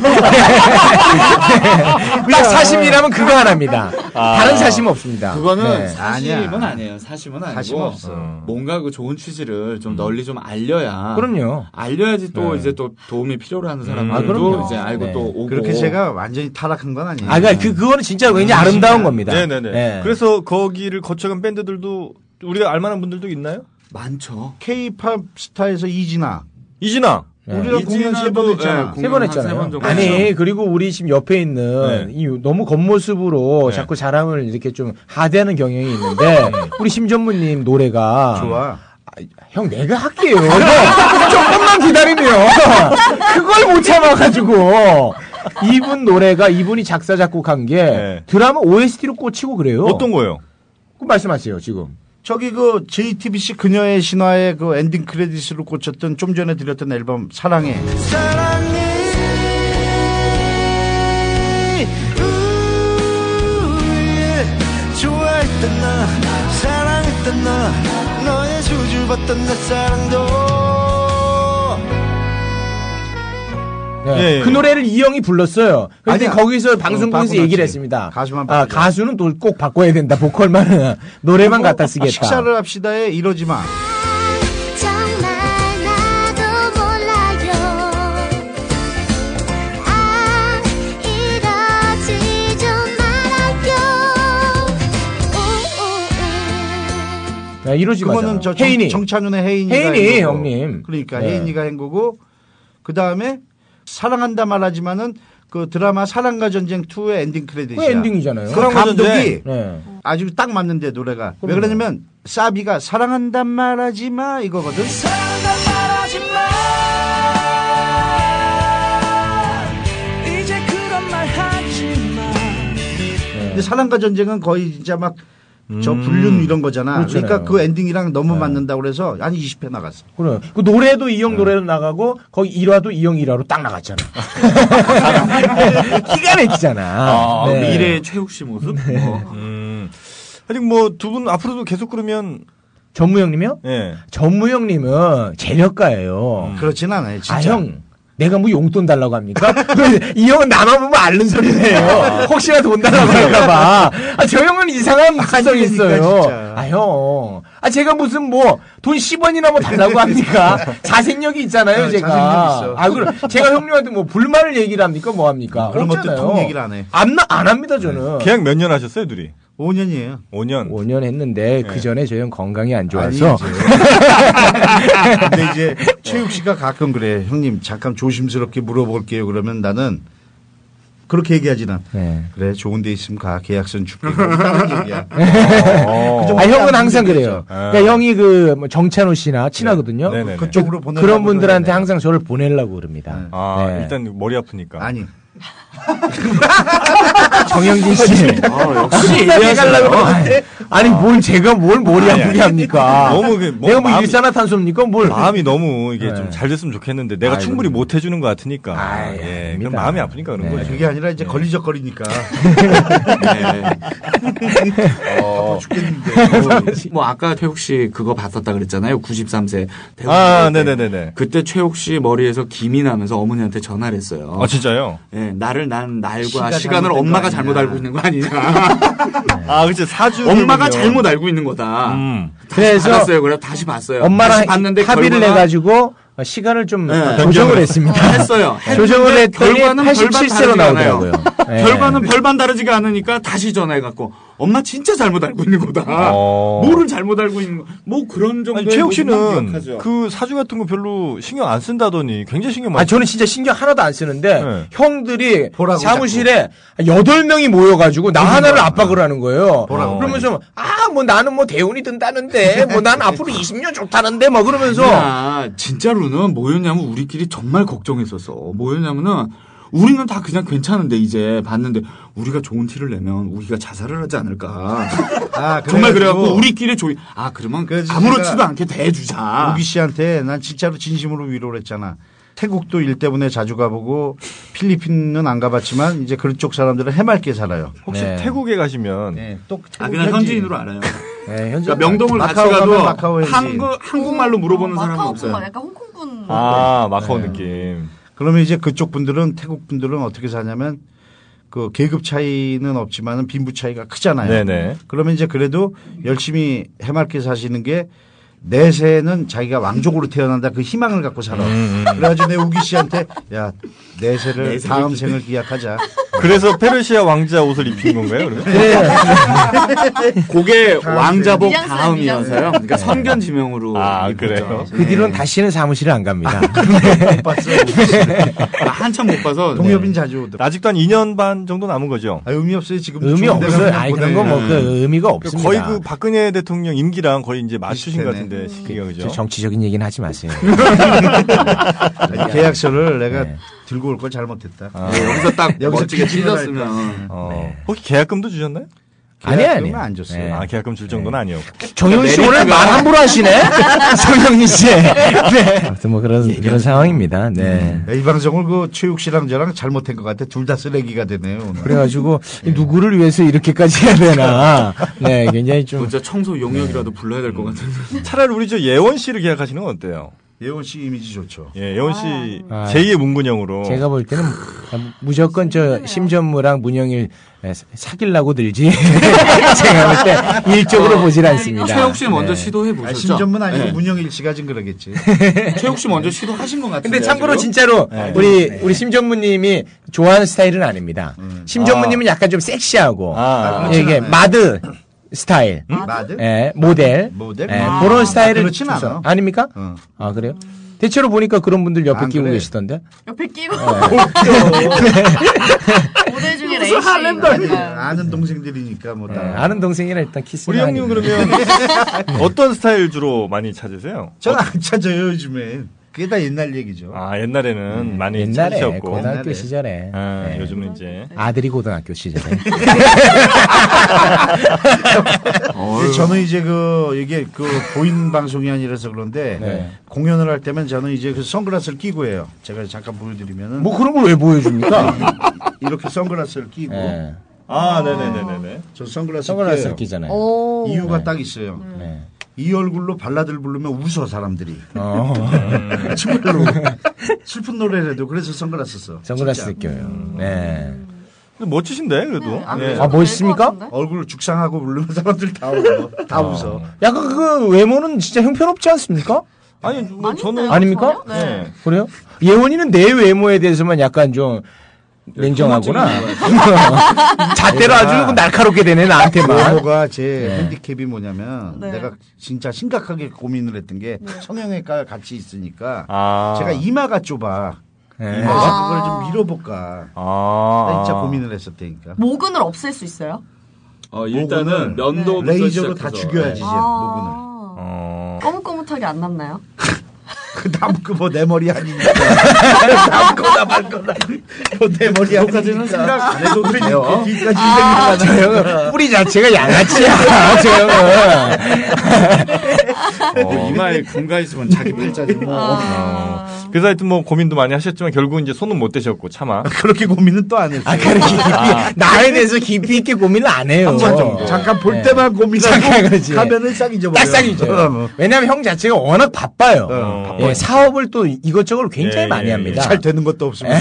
F: 딱 사심이라면 그거 하나입니다. 다른 사심 없습니다.
J: 그거는
F: 네.
J: 사심은
G: 아니야.
J: 아니에요 사심은 아니고
G: 사심 없어.
F: 음.
J: 뭔가 그 좋은 취지를
G: 음.
J: 좀 널리 좀 알려야
F: 그럼요.
J: 알려야지 또
G: 네.
J: 이제 또 도움이 필요로 하는
G: 음.
J: 사람들도
F: 그럼요.
J: 이제 알고
F: 네.
J: 또 오고
G: 아, 그렇게 제가 완전히 타락한 건 아니에요
F: 아, 그러니까 그, 그거는 진짜 굉장히 아름다운 겁니다.
E: 네네네.
F: 예.
E: 그래서 거기를 거쳐간 밴드들도 우리가 알만한 분들도 있나요?
J: 많죠.
G: K-팝 스타에서 이진아
E: 이진아.
F: 네.
G: 우리가 공연 세 번
J: 예,
G: 했잖아
H: 네,
F: 세 번 했잖아요. 아니 그리고 우리 지금 옆에
E: 네.
F: 있는 이 너무 겉모습으로
E: 네.
F: 자꾸 자랑을 이렇게 좀 하대하는 경향이 있는데 우리 심전무님 노래가
G: 좋아
F: 형 내가 할게요. 형, 조금만 기다리면 그걸 못 참아가지고 이분 노래가 이분이 작사 작곡한 게
E: 네.
F: 드라마 OST로 꽂히고 그래요.
E: 어떤 거예요?
F: 그 말씀하세요 지금.
G: 저기 그 JTBC 그녀의 신화의 그 엔딩 크레딧으로 꽂혔던 좀 전에 들렸던 앨범 사랑해
A: 사랑해 우예 좋아했던 나 사랑했던 나 너의 주주받던 내 사랑도
F: 네.
E: 예, 예.
F: 그 노래를 이 형이 불렀어요. 근데
G: 아니야.
F: 거기서 방송국에서
G: 바꾸지.
F: 얘기를 했습니다.
G: 가수만
F: 아,
G: 바꾸자.
F: 가수는 또 꼭 바꿔야 된다. 보컬만은 노래만 갖다 쓰겠다.
G: 아, 식사를 합시다에 이러지 마
A: 정말 나도 몰라요 아 이러지 좀 말아요
F: 네, 아, 이러지 마잖아요.
G: 그거는 저 정,
F: 혜인이.
G: 정찬훈의 혜인이가
F: 혜인이,
G: 한 거고.
F: 형님.
G: 그러니까
F: 네.
G: 혜인이가 한 거고 그 다음에 사랑한다 말하지만은 그 드라마 사랑과 전쟁 2의 엔딩 크레딧이야.
F: 그 엔딩이잖아요.
G: 그 감독이
F: 네.
G: 아주 딱 맞는데 노래가 왜
F: 그럼요.
G: 그러냐면 사비가 사랑한다 말하지 마 이거거든. 네. 근데 사랑과 전쟁은 거의 진짜 막 저 불륜 이런 거잖아. 음. 그러니까
F: 그렇잖아요.
G: 그 엔딩이랑 너무 맞는다 그래서 한 20회 나갔어.
F: 그래. 그 노래도 이형 노래로 나가고 거기 1화도 이형 1화로 딱 나갔잖아. 기가 막히잖아.
G: 그,
H: 아,
F: 네.
H: 미래의 최욱 씨 모습?
G: 네.
H: 뭐.
E: 음. 하여튼 뭐 두 분 앞으로도 계속 그러면
F: 전무 형님이요?
E: 예.
F: 전무 형님은 재력가예요.
H: 음.
G: 그렇진 않아요. 진짜.
F: 아, 형. 내가 뭐 용돈 달라고 합니까? 이 형은 나만 보면 앓는 소리네요. 혹시나 돈 달라고 할까봐. 아, 저 형은 이상한
G: 아. 아니,
F: 사정이
G: 그러니까,
F: 있어요.
G: 진짜.
F: 아, 형. 아, 제가 무슨 뭐, 돈 10원이나 뭐 달라고 합니까? 자생력이 있잖아요,
G: 어,
F: 제가.
G: 자생력 있어.
F: 아, 그럼 제가 형님한테 뭐, 불만을 얘기를 합니까? 뭐 합니까?
G: 그런 것도
F: 없잖아요.
G: 통 얘기를 안 해. 네.
F: 안, 나- 안 합니다, 저는.
E: 계약 몇 년 하셨어요, 둘이?
G: 5년이에요.
E: 5년.
F: 5년 했는데, 그 전에 저 형 건강이 안 좋아서.
G: 네. 아니죠. 근데 이제 최욱 씨가 가끔 그래. 형님 잠깐 조심스럽게 물어볼게요. 그러면 나는 그렇게 얘기하진 않.
F: 네.
G: 그래 좋은 데 있으면 가 계약서는 줄게. 다른 얘기야.
E: 어.
F: 아, 형은 항상 그래요. 그러니까 형이 그뭐 정찬호 씨나 친하거든요.
E: 아. 네네네.
G: 그쪽으로 보내.
F: 그런 분들한테 항상 저를 보내려고 그럽니다.
E: 아,
F: 네.
E: 일단 머리 아프니까.
G: 아니.
F: 정영진 씨.
H: 아, 역시.
F: 혹시 얘기하려고 하는데? 아니, 뭘 제가 뭘 머리
E: 예. 아니, 아니.
F: 아프게 합니까?
E: 너무 그, 뭐
F: 내가 뭐
E: 마음이-
F: 일산화탄소입니까? 뭘.
E: 마음이 너무 이게 좀
F: 네.
E: 잘 됐으면 좋겠는데 내가
F: 아이,
E: 충분히
F: 그럼요.
E: 못 해주는 것 같으니까
F: 아이,
E: 예,
F: 아닙니다.
E: 그럼 마음이 아프니까 그런
F: 네.
E: 거죠.
G: 그게 아니라 이제 걸리적거리니까 아파 죽겠는데.
H: 네. 뭐 아까 최욱 씨 그거 봤었다 그랬잖아요. 93세. 대구
E: 아,
H: 때.
E: 네네네네.
H: 그때 최욱 씨 머리에서 김이 나면서 어머니한테 전화를 했어요.
E: 아 진짜요?
H: 예, 나를 난
G: 시가
H: 날과 시간을
G: 잘못된 거
H: 엄마가
G: 아니냐.
H: 잘못 알고 있는 거 아니냐.
E: 아, 그치 사주.
H: 엄마가 잘못 알고 있는 거다.
E: 음.
F: 음. 그래서
H: 받았어요. 그래 다시 봤어요. 다시
F: 엄마랑
H: 봤는데
F: 합의를
H: 결과가
F: 해가지고 시간을 좀
H: 네.
F: 조정을 했습니다.
H: 했어요.
F: 조정을
H: 했는데
F: 했더니
H: 결과는
F: 87세로
H: 별반 다르지가 않아요.
F: 나오더라고요. 네.
H: 결과는 별반 다르지가 않으니까 다시 전화해갖고 엄마 진짜 잘못 알고 있는 거다.
E: 어.
H: 뭐를 잘못 알고 있는 거. 뭐 그런 정도의
E: 아니, 최욱
H: 모습만
E: 씨는
H: 기억하죠.
E: 그 사주 같은 거 별로 신경 안 쓴다더니 굉장히 신경 많이.
F: 아, 저는 진짜 신경 하나도 안 쓰는데
E: 뭐. 네.
F: 형들이
G: 보라고
F: 사무실에 여덟 명이 모여가지고 나 하나를 압박을 하는 거예요. 그러면서 아, 뭐 나는 뭐 대운이 든다는데, 뭐 난 앞으로 20년 좋다는데, 뭐
J: 네.
F: 그러면서
H: 야, 진짜로는 뭐였냐면 우리끼리 정말 걱정했었어. 뭐였냐면은 우리는 다 그냥 괜찮은데 이제 봤는데 우리가 좋은 티를 내면 우리가 자살을 하지 않을까.
G: 아, 그래가지고
H: 정말 그래가지고 그러니까 우리끼리 조이. 아 그러면
G: 그래서
H: 아무렇지도
G: 제가
H: 않게 대주자.
J: 아.
G: 우기 씨한테 난 진짜로 진심으로 위로를 했잖아. 태국도 일 때문에 자주 가보고 필리핀은 안 가봤지만 이제 그런 쪽 사람들은 해맑게 살아요.
E: 혹시
F: 네.
E: 태국에 가시면
G: 네, 또
H: 아
J: 그러니까
H: 그냥 현지인으로 알아요.
F: 네, 현재
H: 그러니까 명동을 같이
G: 마카오 가면 마카오
H: 가도
G: 현지인.
H: 한국 한국말로 물어보는 사람은
I: 뭐 마카오
H: 없어요.
I: 분만, 약간 홍콩 분.
E: 아 마카오 느낌.
G: 그러면 이제 그쪽 분들은 태국 분들은 어떻게 사냐면 그 계급 차이는 없지만은 빈부 차이가 크잖아요.
E: 네네.
G: 그러면 이제 그래도 열심히 해맑게 사시는 게 내세는 자기가 왕족으로 태어난다 그 희망을 갖고 살아. 그래가지고 내 우기 씨한테 야 내세를
H: 내세를
G: 다음 생을 기약하자.
E: 네. 그래서 페르시아 왕자 옷을 입힌 건가요? 그러면?
H: 그게 왕자복
I: 뉘앙스,
H: 다음이어서요. 그러니까
G: 네.
H: 선견 지명으로.
E: 아,
H: 입었죠.
E: 그래요?
F: 그 뒤로는 다시는 사무실에 안 갑니다.
G: 못 봤어. 우기 씨.
H: 아, 한참 못 봐서.
G: 동엽인 자주 오더.
E: 아직도 한 2년 반 정도 남은 거죠.
G: 아, 의미 없어요 지금.
F: 의미 없어요. 아니 그런 거 뭐 그 의미가 없습니다.
E: 거의 그 박근혜 대통령 임기랑 거의 이제 맞추신 것
G: 비슷하네.
E: 같은데 시기가
F: 저
E: 그죠?
F: 정치적인 얘기는 하지 마세요.
G: 계약서를 내가
F: 네.
G: 들고 올 걸 잘못했다.
H: 네, 여기서 딱
G: 여기서
H: 멋지게
G: 기준을
H: 찢었으면.
E: 어.
F: 네.
E: 혹시 계약금도 주셨나요?
F: 아니
G: 계약금은
F: 아니. 네.
G: 안 줬어요.
E: 아 계약금 줄 정도는 아니었고.
F: 정영진 씨 오늘 말 함부로 하시네. 정영진 씨. 네. 아무튼 뭐 그런 그런 상황입니다. 네.
G: 야, 이 방송을 그 최욱 씨랑 저랑 잘못한 것 같아. 둘 다 쓰레기가 되네요. 오늘.
F: 그래가지고 누구를 위해서 이렇게까지 해야 되나. 네, 굉장히
J: 뭐
F: 좀
H: 먼저 청소 용역이라도
G: 네.
H: 불러야 될
G: 음.
H: 것 같은.
E: 차라리 우리 저 예원 씨를 계약하시는 건 어때요?
G: 예원 씨 이미지 좋죠.
E: 예, 예원 씨
F: 아.
E: 제2의 문근영으로.
F: 제가 볼 때는 무조건 저 심전무랑 문영일 사귈라고 들지. 제가 볼 때 일적으로 보질 않습니다.
H: 최욱 씨 먼저
F: 네.
H: 시도해
G: 아, 네.
H: 보셨죠?
G: 심전문 아니고 문영일 씨가 지금 그러겠지.
H: 최욱 씨 먼저 시도하신 것 같은데.
F: 근데 참고로 네. 진짜로 우리 우리 심전무님이
G: 음.
F: 아. 좋아하는 스타일은 아닙니다. 심전무님은 약간 좀 섹시하고
E: 아,
F: 이게 마드 스타일.
G: 마드?
F: 예, 모델.
G: 모델?
F: 예,
G: 아,
F: 그런 스타일을
G: 그렇진 않아.
F: 주서- 아닙니까?
G: 어.
F: 아, 그래요? 대체로 보니까 그런 분들 옆에
G: 안
F: 끼고
G: 그래.
F: 계시던데.
I: 옆에 끼고 모델 중에
K: 네.
I: 레이싱
G: 아니,
I: 약간.
G: 아는 동생들이니까 뭐
F: 예,
G: 다.
F: 아는 동생이라 일단 키스.
E: 우리 형님 그러면
F: 네.
E: 어떤 스타일 주로 많이 찾으세요?
G: 저는 안 찾아요 요즘엔. 그게 다 옛날 얘기죠.
E: 아 옛날에는 많이
F: 네. 옛날에
E: 찾으셨고
F: 고등학교
G: 옛날에. 네.
F: 시절에
E: 아,
F: 예.
E: 요즘은 이제
F: 아들이 고등학교 시절에
G: 근데 저는 이제 그 이게 그 보인 방송이 아니라서 그런데
F: 네.
G: 공연을 할 때면 저는 이제 그 선글라스를 끼고 해요. 제가 잠깐 보여드리면은
F: 뭐 그런 걸 왜 보여줍니까?
G: 이렇게 선글라스를 끼고
F: 예.
E: 아 네네네네네
G: 저 선글라스
F: 선글라스
G: 선글라스 끼요
F: 끼잖아요.
I: 오.
G: 이유가 딱 있어요.
F: 네.
G: 이 얼굴로 발라드를 부르면 웃어 사람들이
F: 어,
G: 정말로 슬픈 노래라도 그래서 선글라스 써.
F: 선글라스
G: 진짜.
E: 음.
F: 껴요. 네.
E: 근데 멋지신데 그래도 예.
F: 아 멋있습니까?
I: 음. 될것 같은데?
G: 얼굴 죽상하고 부르면 사람들 다 울어. 다 웃어.
F: 약간 그 외모는 진짜 형편없지 않습니까?
E: 아니 뭐
I: 아닌데요?
E: 저는
F: 아닙니까?
I: 전혀? 네.
F: 그래요? 예원이는 내 외모에 대해서만 약간 좀 냉정하구나.
E: 네,
F: 잣대로 아주 날카롭게 되네 나한테만.
G: 외모가 제
F: 네.
G: 핸디캡이 뭐냐면
I: 네.
G: 내가 진짜 심각하게 고민을 했던 게 성형외과 같이 있으니까
E: 아
G: 제가 이마가 좁아.
F: 네.
G: 이마가
I: 아.
G: 그걸 좀 밀어볼까.
E: 아
G: 진짜 고민을 했었다니까.
I: 모근을 없앨 수 있어요?
J: 어,
G: 목을
J: 일단은 면도부터
G: 레이저로 다
J: 시작해서.
G: 죽여야지 이제 목은.
I: 아.
E: 어...
I: 꼬뭇꼬뭇하게 안 남나요?
G: 그 다음 그뭐내 머리 아니니까. 다음 거나 말 거나. 뭐내 머리 아니니까. 생각 안 해도 돼요. 뒤까지 생각
F: 저
E: 네.
F: 형은 뿌리 자체가 양아치야. 저 형은.
J: 어, 이마에 군가에서만 자기 팔자지 뭐.
E: 어. 그래서 하여튼 뭐 고민도 많이 하셨지만 결국 이제 손은 못 대셨고 차마
G: 그렇게 고민은 또 안 했어요.
F: 아, 그렇게 깊이- 나에 대해서 깊이 있게 고민을 안 해요.
G: 한번 정도. 잠깐 볼 때만
F: 잠깐
G: 고민하고
F: 그러지.
G: 가면은 싹 잊어버려.
F: 어. 딱상이죠
G: 어, 뭐.
F: 왜냐하면 형 자체가 워낙 바빠요.
G: 어,
F: 예, 사업을 또 이것저것 굉장히
E: 예,
F: 많이
E: 예,
F: 합니다. 예,
G: 잘 되는 것도 없습니다.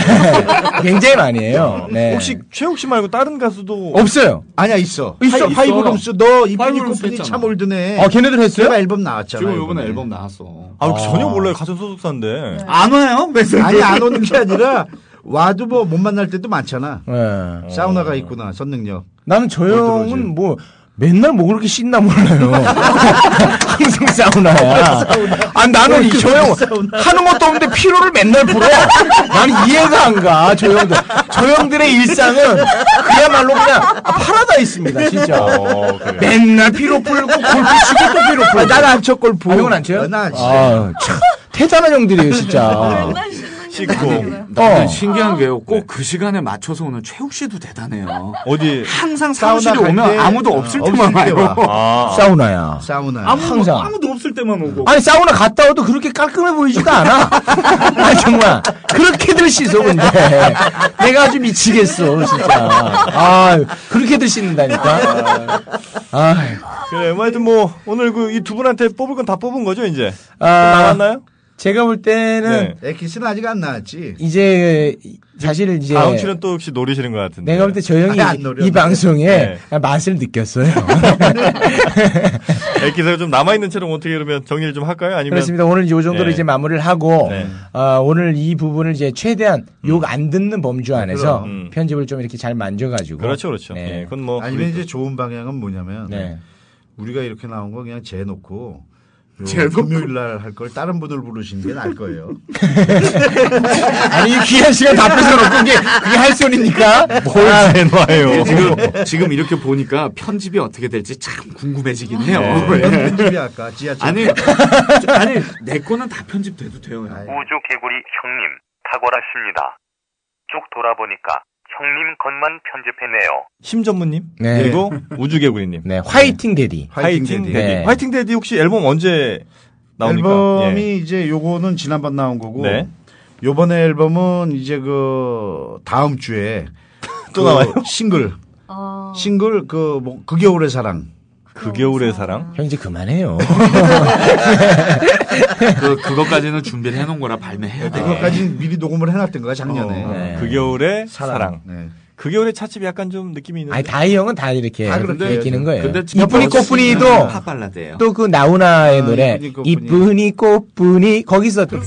F: 굉장히 많이 해요. 네.
E: 혹시 최욱 씨 말고 다른 가수도
F: 없어요.
G: 아니야 있어.
F: 있어,
G: 파이, 브룸스너 이쁜이
J: 파이브룸스
G: 꽃분이
J: 했잖아.
G: 참 올드네.
F: 아 걔네들
G: 제가
F: 했어요?
G: 앨범 나왔잖아.
J: 지금 요번에 앨범 나왔어.
E: 아 전혀 몰라요 가수
F: 네.
E: 소속사인데
J: 안 와요? 매일
G: 아니 안 오는 게 아니라 와도 뭐 못 만날 때도 많잖아.
F: 예.
G: 사우나가 있구나 선능력.
F: 나는 저 형은 뭐 맨날 뭐 그렇게 씻나 몰라요. 항상 사우나야. 아 나는 이 저 형 하는 것도 없는데 피로를 맨날 불어. 나는 이해가 안 가. 저 형들. 저 형들의 일상은 그야말로 그냥 아, 파라다이스입니다. 진짜.
E: 어, 그래요.
F: 맨날 피로 풀고 골프 치고 또 피로 풀고. 나는 안쳐 골프. 아, 형은 안 쳐요?
G: 어, 나 진짜.
F: 아, 참, 대단한 형들이에요 진짜.
I: 맨날 씻는 게
E: 씻고.
I: 나은데요.
F: 어.
J: 신기한 게요. 꼭 그 시간에 맞춰서 오는 최욱 씨도 대단해요.
E: 어디
J: 항상
G: 사우나
J: 사무실에
G: 갈
J: 오면
G: 때,
J: 아무도
G: 어,
J: 없을
G: 없을
J: 때만
G: 때 와.
J: 와요.
E: 아
F: 사우나야.
G: 사우나.
F: 항상.
J: 아무도 없을 때만 오고.
F: 아니 사우나 갔다 와도 그렇게 깔끔해 보이지가 않아. 아니 정말 그렇게들 씻어 근데 내가 아주 미치겠어 진짜. 아 그렇게들 씻는다니까. 아,
E: 그래 뭐 하여튼 뭐 오늘 그 이 두 분한테 뽑을 건 다 뽑은 거죠 이제
F: 아
E: 나왔나요? 네.
F: 제가 볼 때는
G: 에키스는 아직 안 나왔지.
F: 이제 사실 이제
E: 다음 출연 또 역시 노리시는 것 같은데
F: 내가 볼 때 저 형이
G: 아니, 안 노려.
F: 이 방송에
E: 네.
F: 맛을 느꼈어요.
E: 액기사가 좀 남아있는 채로 어떻게 그러면 정리를 좀 할까요? 아니면
F: 그렇습니다. 오늘 이제 요 정도로
E: 네.
F: 이제 마무리를 하고
E: 네.
F: 어, 오늘 이 부분을 이제 최대한 욕 안 듣는 범주 안에서
G: 그럼.
E: 음.
F: 편집을 좀 이렇게 잘 만져가지고
E: 그렇죠 그렇죠
F: 네.
E: 예, 그건 뭐
G: 아니면 이제 좋은 방향은 뭐냐면
F: 네.
G: 우리가 이렇게 나온 거 그냥 재놓고 요
J: 재놓고.
G: 금요일 날 할 걸 다른 분을 부르시는 게 나을 거예요.
F: 아니 이 귀한 시간 다 뺏어놓고 그게 그게 할 소리니까 아,
E: 뭘 해놔요
J: 지금, 지금 이렇게 보니까 편집이 어떻게 될지 참 궁금해지긴 해요.
E: 네.
J: 예.
G: 어떤 집이 아까 지하철.
J: 아니, 저- 아니, 내 거는 다 편집돼도 돼요.
G: 아이,
D: 우주 개구리 형님 탁월하십니다. 쭉 돌아보니까 형님 것만 편집해내요.
E: 심전무님
F: 네.
E: 그리고 우주개구리님
F: 네 화이팅 데디
E: 화이팅 데디
G: 데디.
F: 네.
E: 화이팅 데디 혹시 앨범 언제 나옵니까?
G: 앨범이
E: 예.
G: 이제 요거는 지난번 나온 거고
E: 네.
G: 요번에 앨범은 이제 그 다음 주에
E: 또
G: 그
E: 나와요?
G: 싱글
I: 어,
G: 싱글 그 뭐 그겨울의 사랑
E: 그 겨울의 사랑
F: 형 이제 그만해요
J: 그, 그것까지는 준비를 해놓은 거라 발매해야 돼.
F: 아,
G: 그것까지 미리 녹음을 해놨던 거야 작년에
E: 네. 어,
F: 네.
E: 그 겨울의 사랑,
G: 네.
E: 그 겨울의 차집이 약간 좀 느낌이 있는데
F: 아니 다이 형은 다 이렇게
G: 다 그렇게
F: 얘기는 거예요
J: 근데 아,
F: 이쁜이 꽃분이도
J: 팝발라드예요.
F: 또 그 나훈아의
G: 아,
F: 노래
G: 이쁜이 꽃분이.
F: 이쁜이 꽃분이 거기서 또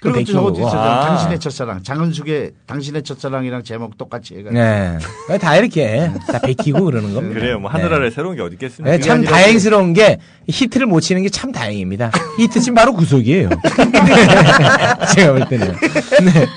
G: 그리고 또 저것도 있어요.
E: 아.
G: 당신의 첫사랑. 장은숙의 당신의 첫사랑이랑 제목 똑같이 해가지고.
F: 네. 다 이렇게 다 베끼고 그러는 겁니다.
E: 그래요. 뭐 하늘 아래 새로운 게 어디 있겠습니까?
F: 네, 참
G: 아니라
F: 다행스러운 게 히트를 못 치는 게 참 다행입니다. 히트 치면 바로 구속이에요. 제가 볼 때는.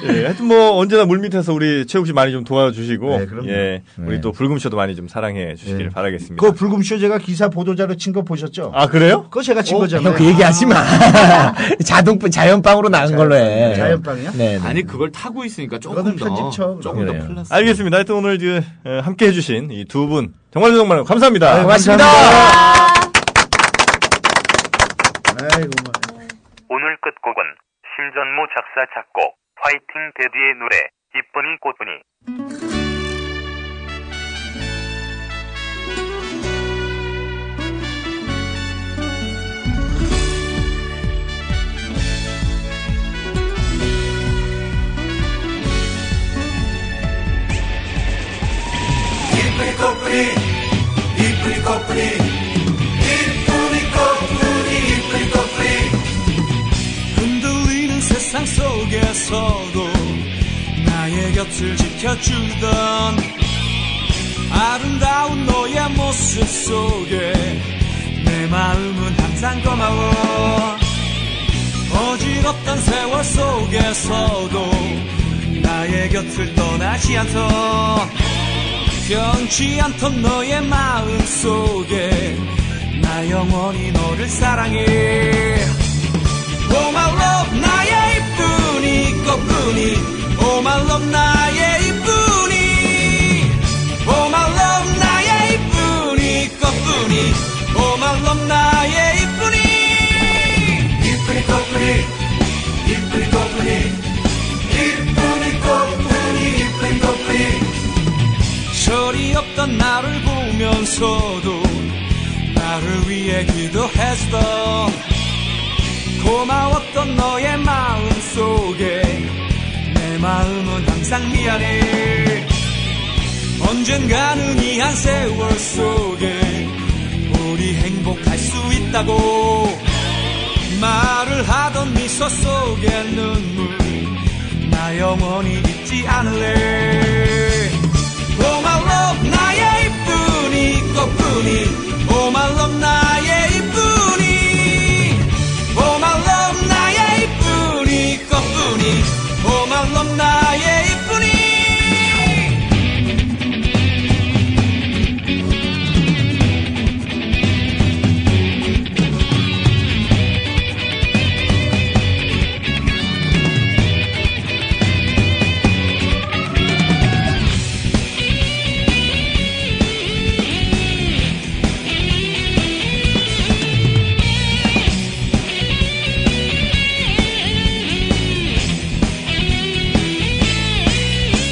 E: 예, 하여튼 뭐 언제나 물밑에서 우리 최욱 씨 많이 좀 도와주시고
G: 네, 그럼요.
E: 예, 우리
F: 네.
E: 또 불금쇼도 많이 좀 사랑해 주시길
G: 네.
E: 바라겠습니다.
G: 그 불금쇼 제가 기사 보도자료 친 거 보셨죠? 어?
E: 아 그래요?
G: 그거 제가 친 거잖아요.
F: 형 그 얘기하지 마. 자동 자연빵으로 나은 걸로 해.
G: 자연빵이야?
F: 네. 네.
J: 아니 그걸 타고 있으니까 조금
G: 그거는
J: 더
G: 편집처.
J: 조금 더
F: 그래요.
J: 플러스.
E: 알겠습니다. 하여튼 오늘 이제 어, 함께 해주신 이 두 분 정말 정말 감사합니다.
G: 네,
F: 고맙습니다.
G: 아이고, 뭐.
D: 오늘 끝곡은 심전무 작사 작곡 화이팅 데디의 노래 이쁜이 꽃분이
B: 흔들리는 세상 속에서도 나의 곁을 지켜주던 아름다운 너의 모습 속에 내 마음은 항상 고마워 어지럽던 세월 속에서도 나의 곁을 떠나지 않던 변치 않던 너의 마음 속에 나 영원히 너를 사랑해 Oh my love 나의 이쁜이 거뿐이 Oh my love 나의 이쁜이 Oh my love 나의 이쁜이 거뿐이 Oh my love 나의 이쁜이 이쁜이 거뿐이 이쁜이 거뿐이 이쁜이 거뿐이 이쁜이 거뿐이 소리 없던 나를 보면서도 나를 위해 기도했던 고마웠던 너의 마음 속에 내 마음은 항상 미안해 언젠가는 이 한 세월 속에 우리 행복할 수 있다고 말을 하던 미소 속에 눈물 나 영원히 잊지 않을래 Oh my love 나의 이쁜이 꽃뿐이 Oh my love 나의 이쁜이 Oh my love 나의 이쁜이 꽃뿐이 Oh my love 나의 이쁜이 Oh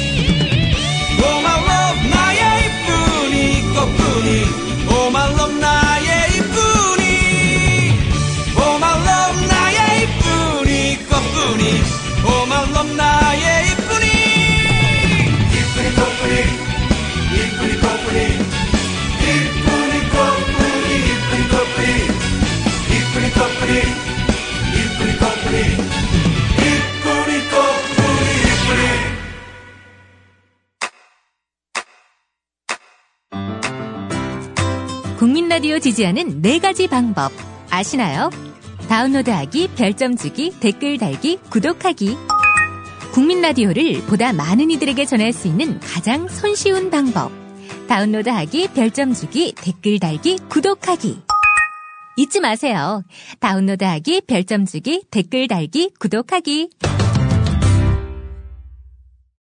B: my love 나의 이쁜이 꽃뿐이 Oh my love 나의 이쁜이 Oh my love 나의 이쁜이 꽃뿐이 Oh my love 나의 이쁜이 이쁜이 꽃뿐이 이쁜이 꽃뿐이 이쁜이 꽃뿐이 이쁜이 꽃뿐이 이쁜이 꽃뿐이 이쁜이 꽃뿐이 이쁜이 꽃뿐이 이쁜이
K: 국민 라디오 지지하는 네 가지 방법 아시나요? 다운로드하기, 별점 주기, 댓글 달기, 구독하기. 국민 라디오를 보다 많은 이들에게 전할 수 있는 가장 손쉬운 방법. 다운로드하기, 별점 주기, 댓글 달기, 구독하기. 잊지 마세요. 다운로드하기, 별점 주기, 댓글 달기, 구독하기.